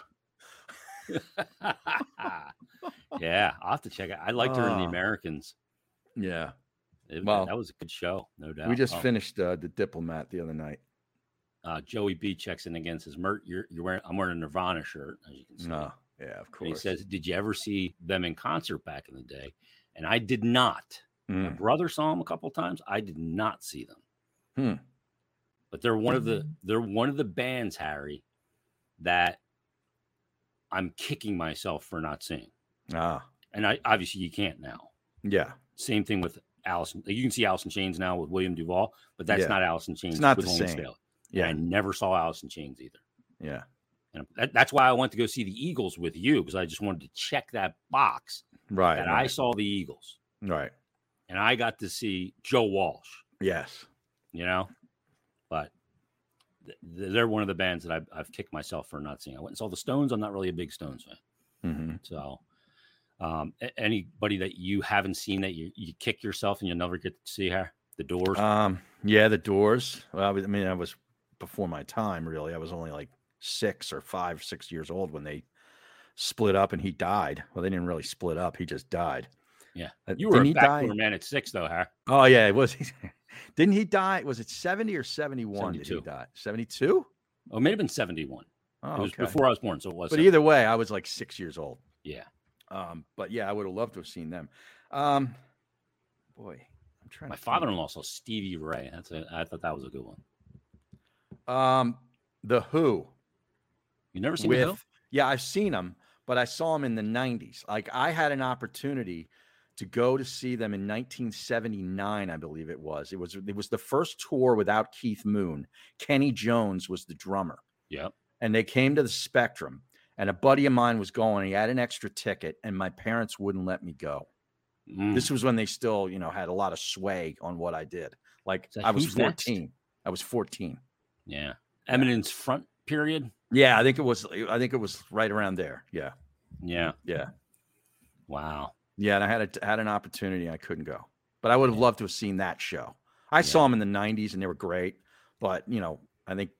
[SPEAKER 1] yeah, I'll have to check it. I liked her in The
[SPEAKER 2] Oh.
[SPEAKER 1] Americans.
[SPEAKER 2] yeah.
[SPEAKER 1] It-
[SPEAKER 2] Well,
[SPEAKER 1] that was a good show, no doubt.
[SPEAKER 2] We just
[SPEAKER 1] Oh,
[SPEAKER 2] finished uh, the diplomat the other night.
[SPEAKER 1] uh, Joey B checks in again. Says, "Mert, you're you're wearing. I'm wearing a Nirvana shirt, as you can see."
[SPEAKER 2] No, yeah, of
[SPEAKER 1] And he
[SPEAKER 2] course.
[SPEAKER 1] says, "Did you ever see them in concert back in the day?" And I did not. My
[SPEAKER 2] Mm.
[SPEAKER 1] brother saw them a couple times. I did not see them.
[SPEAKER 2] Hmm.
[SPEAKER 1] But they're one of the they're one of the bands, Harry, that I'm kicking myself for not seeing.
[SPEAKER 2] ah,
[SPEAKER 1] And I obviously you can't now.
[SPEAKER 2] yeah,
[SPEAKER 1] Same thing with Allison. You can see Allison Chains now with William Duvall, but that's
[SPEAKER 2] Yeah.
[SPEAKER 1] not Allison Chains.
[SPEAKER 2] not
[SPEAKER 1] with
[SPEAKER 2] the
[SPEAKER 1] Lawrence
[SPEAKER 2] same.
[SPEAKER 1] Taylor. And I
[SPEAKER 2] yeah,
[SPEAKER 1] never saw Allison Chains either.
[SPEAKER 2] yeah,
[SPEAKER 1] And that, that's why I went to go see the Eagles with you because I just wanted to check that box
[SPEAKER 2] right,
[SPEAKER 1] that I
[SPEAKER 2] right,
[SPEAKER 1] saw the Eagles
[SPEAKER 2] right,
[SPEAKER 1] and I got to see Joe Walsh.
[SPEAKER 2] yes,
[SPEAKER 1] you know. But th- th- they're one of the bands that I've, I've kicked myself for not seeing. I went and saw the Stones. I'm not really a big Stones fan,
[SPEAKER 2] Mhm.
[SPEAKER 1] so um, a- anybody that you haven't seen that you you kick yourself and you'll never get to see her. The Doors.
[SPEAKER 2] um, yeah, the Doors. Well, I, was, I mean, I was before my time, really. I was only like six or five, six years old when they split up, and he died. Well, they didn't really split up; he just died.
[SPEAKER 1] Yeah.
[SPEAKER 2] Uh,
[SPEAKER 1] you were
[SPEAKER 2] didn't
[SPEAKER 1] a
[SPEAKER 2] he die?
[SPEAKER 1] backdoor man at six, though, Har.
[SPEAKER 2] Oh yeah, it was. didn't he die? Was it seventy or seventy-one? Did
[SPEAKER 1] 72.
[SPEAKER 2] he die? Seventy-two.
[SPEAKER 1] Oh, it may have been seventy-one.
[SPEAKER 2] Oh,
[SPEAKER 1] it was
[SPEAKER 2] okay.
[SPEAKER 1] before I was born, so it was.
[SPEAKER 2] But
[SPEAKER 1] 70.
[SPEAKER 2] either way, I was like six years old.
[SPEAKER 1] yeah,
[SPEAKER 2] Um, but yeah, I would have loved to have seen them. Um, boy, I'm trying.
[SPEAKER 1] my
[SPEAKER 2] to think.
[SPEAKER 1] father-in-law saw Stevie Ray. That's a, I thought that was a good one.
[SPEAKER 2] Um, the Who
[SPEAKER 1] You never seen
[SPEAKER 2] with
[SPEAKER 1] the Who?
[SPEAKER 2] yeah, I've seen them, but I saw them in the '90s. Like I had an opportunity to go to see them in 1979, I believe it was. It was it was the first tour without Keith Moon. Kenny Jones was the drummer.
[SPEAKER 1] Yep.
[SPEAKER 2] and they came to the Spectrum. And a buddy of mine was going. He had an extra ticket, and my parents wouldn't let me go.
[SPEAKER 1] Mm.
[SPEAKER 2] This was when they still, you know, had a lot of sway on what I did. Like
[SPEAKER 1] Is that
[SPEAKER 2] I was
[SPEAKER 1] Who's Next?
[SPEAKER 2] 14. I was 14.
[SPEAKER 1] yeah, Eminem's front period.
[SPEAKER 2] Yeah, I think it was I think it was right around there. Yeah.
[SPEAKER 1] Yeah,
[SPEAKER 2] Yeah.
[SPEAKER 1] wow.
[SPEAKER 2] Yeah, and I had a, had an opportunity I couldn't go. But I would have loved to have seen that show. I
[SPEAKER 1] Yeah.
[SPEAKER 2] saw them in the 90s and they were great, but you know, I think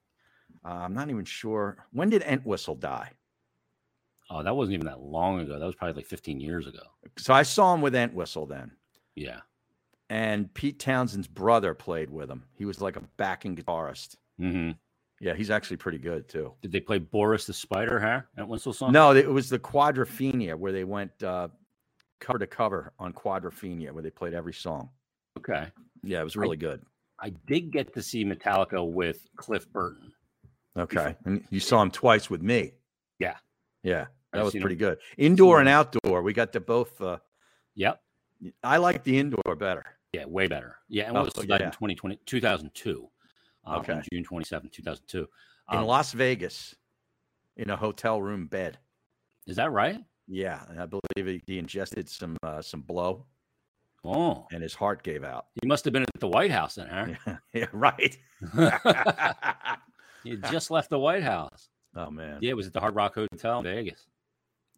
[SPEAKER 2] uh, I'm not even sure when did Entwistle die?
[SPEAKER 1] Oh, that wasn't even that long ago. That was probably like 15 years ago.
[SPEAKER 2] So I saw him with Entwistle then.
[SPEAKER 1] Yeah.
[SPEAKER 2] And Pete Townsend's brother played with him. He was like a backing guitarist.
[SPEAKER 1] Mm-hmm.
[SPEAKER 2] Yeah, he's actually pretty good too.
[SPEAKER 1] Did they play Boris the Spider hair at Winslow song?
[SPEAKER 2] No, it was the Quadrophenia where they went uh, cover to cover on Quadrophenia where they played every song.
[SPEAKER 1] Okay.
[SPEAKER 2] Yeah, it was really good.
[SPEAKER 1] I did get to see Metallica with Cliff Burton.
[SPEAKER 2] Okay, and you saw him twice with me.
[SPEAKER 1] Yeah.
[SPEAKER 2] yeah, that
[SPEAKER 1] I've
[SPEAKER 2] was
[SPEAKER 1] seen
[SPEAKER 2] pretty
[SPEAKER 1] him.
[SPEAKER 2] good. Indoor and outdoor, we got to both. Uh,
[SPEAKER 1] Yep.
[SPEAKER 2] I like the indoor better.
[SPEAKER 1] Yeah, way better. Yeah. And
[SPEAKER 2] Oh,
[SPEAKER 1] what was that
[SPEAKER 2] yeah.
[SPEAKER 1] in 2020, 2002? Um, on
[SPEAKER 2] Okay.
[SPEAKER 1] June 27, 2002.
[SPEAKER 2] In
[SPEAKER 1] Um,
[SPEAKER 2] Las Vegas, in a hotel room bed.
[SPEAKER 1] is that right?
[SPEAKER 2] Yeah, and I believe he, he ingested some uh, some blow,
[SPEAKER 1] Oh,
[SPEAKER 2] and his heart gave out.
[SPEAKER 1] he must have been at the White House then, huh?
[SPEAKER 2] Yeah, yeah right.
[SPEAKER 1] he had just left the White House.
[SPEAKER 2] oh man.
[SPEAKER 1] Yeah, it was at the Hard Rock Hotel in Vegas.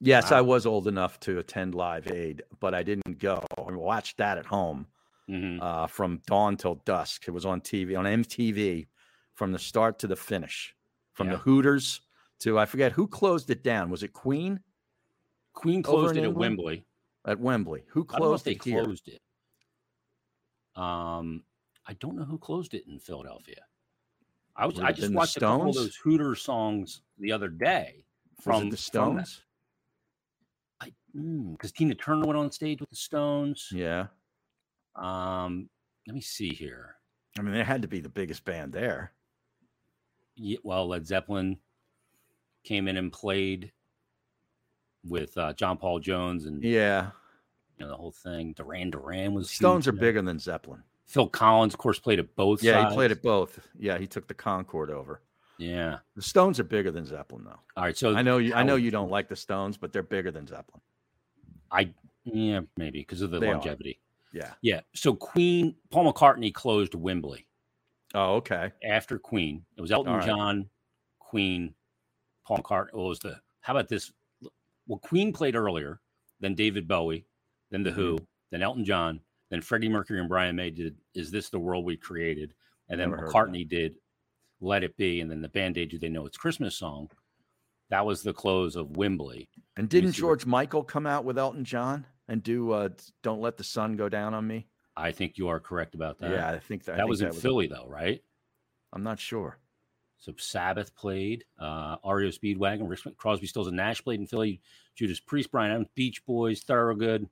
[SPEAKER 2] Yes,
[SPEAKER 1] Wow.
[SPEAKER 2] I was old enough to attend Live Aid, but I didn't go. I watched that at home,
[SPEAKER 1] Mhm.
[SPEAKER 2] uh, from dawn till dusk. It was on TV, on MTV, from the start to the finish, from
[SPEAKER 1] Yeah.
[SPEAKER 2] the Hooters to I forget who closed it down. Was it Queen
[SPEAKER 1] Queen
[SPEAKER 2] Over
[SPEAKER 1] closed
[SPEAKER 2] in
[SPEAKER 1] it at
[SPEAKER 2] England?
[SPEAKER 1] Wembley.
[SPEAKER 2] at Wembley? Who
[SPEAKER 1] I don't know if
[SPEAKER 2] closed
[SPEAKER 1] they
[SPEAKER 2] it here?
[SPEAKER 1] closed it. Um, I don't know who closed it in Philadelphia. I was
[SPEAKER 2] Would it
[SPEAKER 1] I
[SPEAKER 2] have
[SPEAKER 1] just
[SPEAKER 2] been the
[SPEAKER 1] watched a couple of
[SPEAKER 2] Stones?
[SPEAKER 1] those Hooter songs the other day
[SPEAKER 2] was
[SPEAKER 1] from
[SPEAKER 2] it the
[SPEAKER 1] from that.
[SPEAKER 2] Stones?
[SPEAKER 1] I because Tina Turner went on stage with the Stones.
[SPEAKER 2] Hmm. Yeah,
[SPEAKER 1] Um, let me see here.
[SPEAKER 2] I mean there had to be the biggest band there.
[SPEAKER 1] Ye- well, Led Zeppelin came in and played with uh, John Paul Jones and
[SPEAKER 2] Yeah,
[SPEAKER 1] you know, the whole thing. Duran Duran was Mm. huge,
[SPEAKER 2] Stones are
[SPEAKER 1] you know.
[SPEAKER 2] bigger than Zeppelin.
[SPEAKER 1] Phil Collins, of course, played at both.
[SPEAKER 2] Yeah,
[SPEAKER 1] sides.
[SPEAKER 2] he played at both. Yeah, he took the Concord over.
[SPEAKER 1] Yeah.
[SPEAKER 2] The Stones are bigger than Zeppelin, though.
[SPEAKER 1] All right. So
[SPEAKER 2] I know you. I know
[SPEAKER 1] Howard
[SPEAKER 2] you don't like the Stones, but they're bigger than Zeppelin.
[SPEAKER 1] Yeah, maybe because of the
[SPEAKER 2] They are.
[SPEAKER 1] longevity.
[SPEAKER 2] Yeah.
[SPEAKER 1] Yeah. So Queen, Paul McCartney closed Wembley
[SPEAKER 2] Oh, okay.
[SPEAKER 1] after Queen. It was Elton
[SPEAKER 2] All right.
[SPEAKER 1] John, Queen, Paul McCartney. What was the? How about this? Well, Queen played earlier, then David Bowie, then The
[SPEAKER 2] Mm-hmm.
[SPEAKER 1] Who, then Elton John, then Freddie Mercury and Brian May did "Is This the World We Created?" and then
[SPEAKER 2] Never heard of that.
[SPEAKER 1] McCartney did "Let It Be," and then the band did "Do They Know It's Christmas" song. That was the close of Wembley.
[SPEAKER 2] And
[SPEAKER 1] me
[SPEAKER 2] didn't
[SPEAKER 1] see what-
[SPEAKER 2] George Michael come out with Elton John and do uh, "Don't Let the Sun Go Down on Me"?
[SPEAKER 1] I think you are correct about that.
[SPEAKER 2] yeah, I think that, I
[SPEAKER 1] that
[SPEAKER 2] think
[SPEAKER 1] was in
[SPEAKER 2] that
[SPEAKER 1] Philly, though, right?
[SPEAKER 2] I'm not sure.
[SPEAKER 1] So Sabbath played, uh, REO Speedwagon, Rick Crosby, Stills, and Nash played in Philly. Judas Priest, Brian Adams, Beach Boys, Thoroughgood,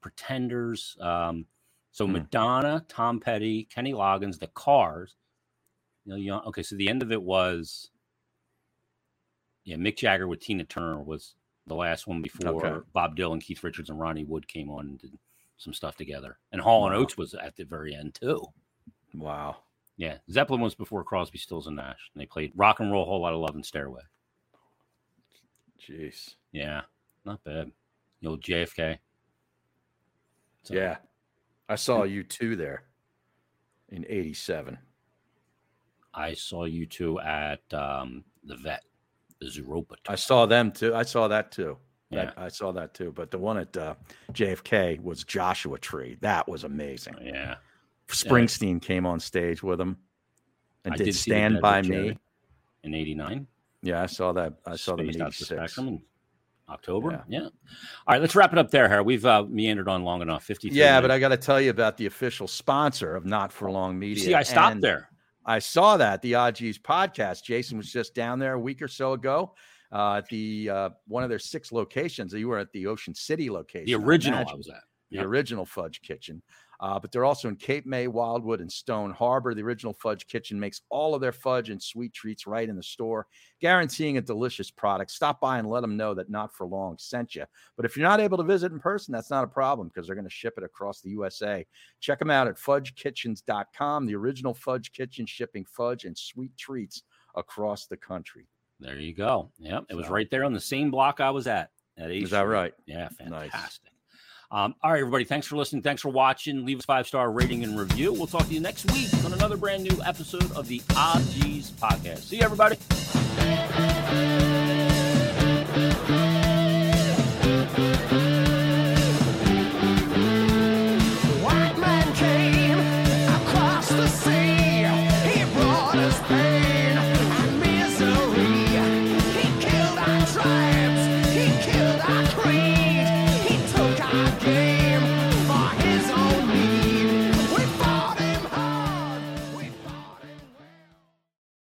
[SPEAKER 1] Pretenders. Um, so
[SPEAKER 2] Hmm.
[SPEAKER 1] Madonna, Tom Petty, Kenny Loggins, The Cars. You know, you know- okay, so the end of it was, yeah, Mick Jagger with Tina Turner was the last one before
[SPEAKER 2] Okay.
[SPEAKER 1] Bob Dylan, Keith Richards, and Ronnie Wood came on and did some stuff together. And Hall and
[SPEAKER 2] Wow.
[SPEAKER 1] Oates was at the very end too.
[SPEAKER 2] Wow.
[SPEAKER 1] Yeah, Zeppelin was before Crosby, Stills, and Nash, and they played "Rock and Roll," "Whole Lot of Love," and "Stairway."
[SPEAKER 2] Jeez.
[SPEAKER 1] Yeah, not bad. The old JFK. So,
[SPEAKER 2] Yeah, I saw you two there in '87.
[SPEAKER 1] I saw you two at um, the Vet, the Zeropa.
[SPEAKER 2] I saw them too. I saw that too.
[SPEAKER 1] yeah,
[SPEAKER 2] That- I saw that too. But the one at uh, JFK was Joshua Tree. That was amazing.
[SPEAKER 1] yeah.
[SPEAKER 2] Springsteen came on stage with him and
[SPEAKER 1] I
[SPEAKER 2] did,
[SPEAKER 1] see the
[SPEAKER 2] "Stand
[SPEAKER 1] Dead
[SPEAKER 2] by
[SPEAKER 1] with
[SPEAKER 2] Me."
[SPEAKER 1] Janet in '89.
[SPEAKER 2] Yeah, I saw that. I saw them in
[SPEAKER 1] Spaced Out to
[SPEAKER 2] '86.
[SPEAKER 1] Spectrum in October. Yeah. All right, let's wrap it up there, Harry. We've uh, meandered on long enough. Fifty.
[SPEAKER 2] Yeah, but I got to tell you about the official sponsor of Not for Long Media.
[SPEAKER 1] see, I stopped
[SPEAKER 2] and
[SPEAKER 1] there.
[SPEAKER 2] I saw that the OGs podcast. Jason was just down there a week or so ago uh, at the uh, one of their six locations. You were at the Ocean City location,
[SPEAKER 1] The
[SPEAKER 2] I
[SPEAKER 1] original I
[SPEAKER 2] imagine,
[SPEAKER 1] was at.
[SPEAKER 2] the
[SPEAKER 1] yeah.
[SPEAKER 2] original Fudge Kitchen. Uh, but they're also in Cape May, Wildwood, and Stone Harbor. The original Fudge Kitchen makes all of their fudge and sweet treats right in the store, guaranteeing a delicious product. Stop by and let them know that Not for Long sent you. But if you're not able to visit in person, that's not a problem because they're going to ship it across the USA. Check them out at fudgekitchens.com, the original Fudge Kitchen shipping fudge and sweet treats across the country.
[SPEAKER 1] There you go. Yep, it was
[SPEAKER 2] So-
[SPEAKER 1] right there on the same block I was at. At H
[SPEAKER 2] Is that
[SPEAKER 1] Street.
[SPEAKER 2] right?
[SPEAKER 1] Yeah,
[SPEAKER 2] Nice.
[SPEAKER 1] fantastic. Um, all right, everybody. Thanks for listening. Thanks for watching. Leave us five star rating and review. We'll talk to you next week on another brand new episode of the Odd G's podcast. See you, everybody.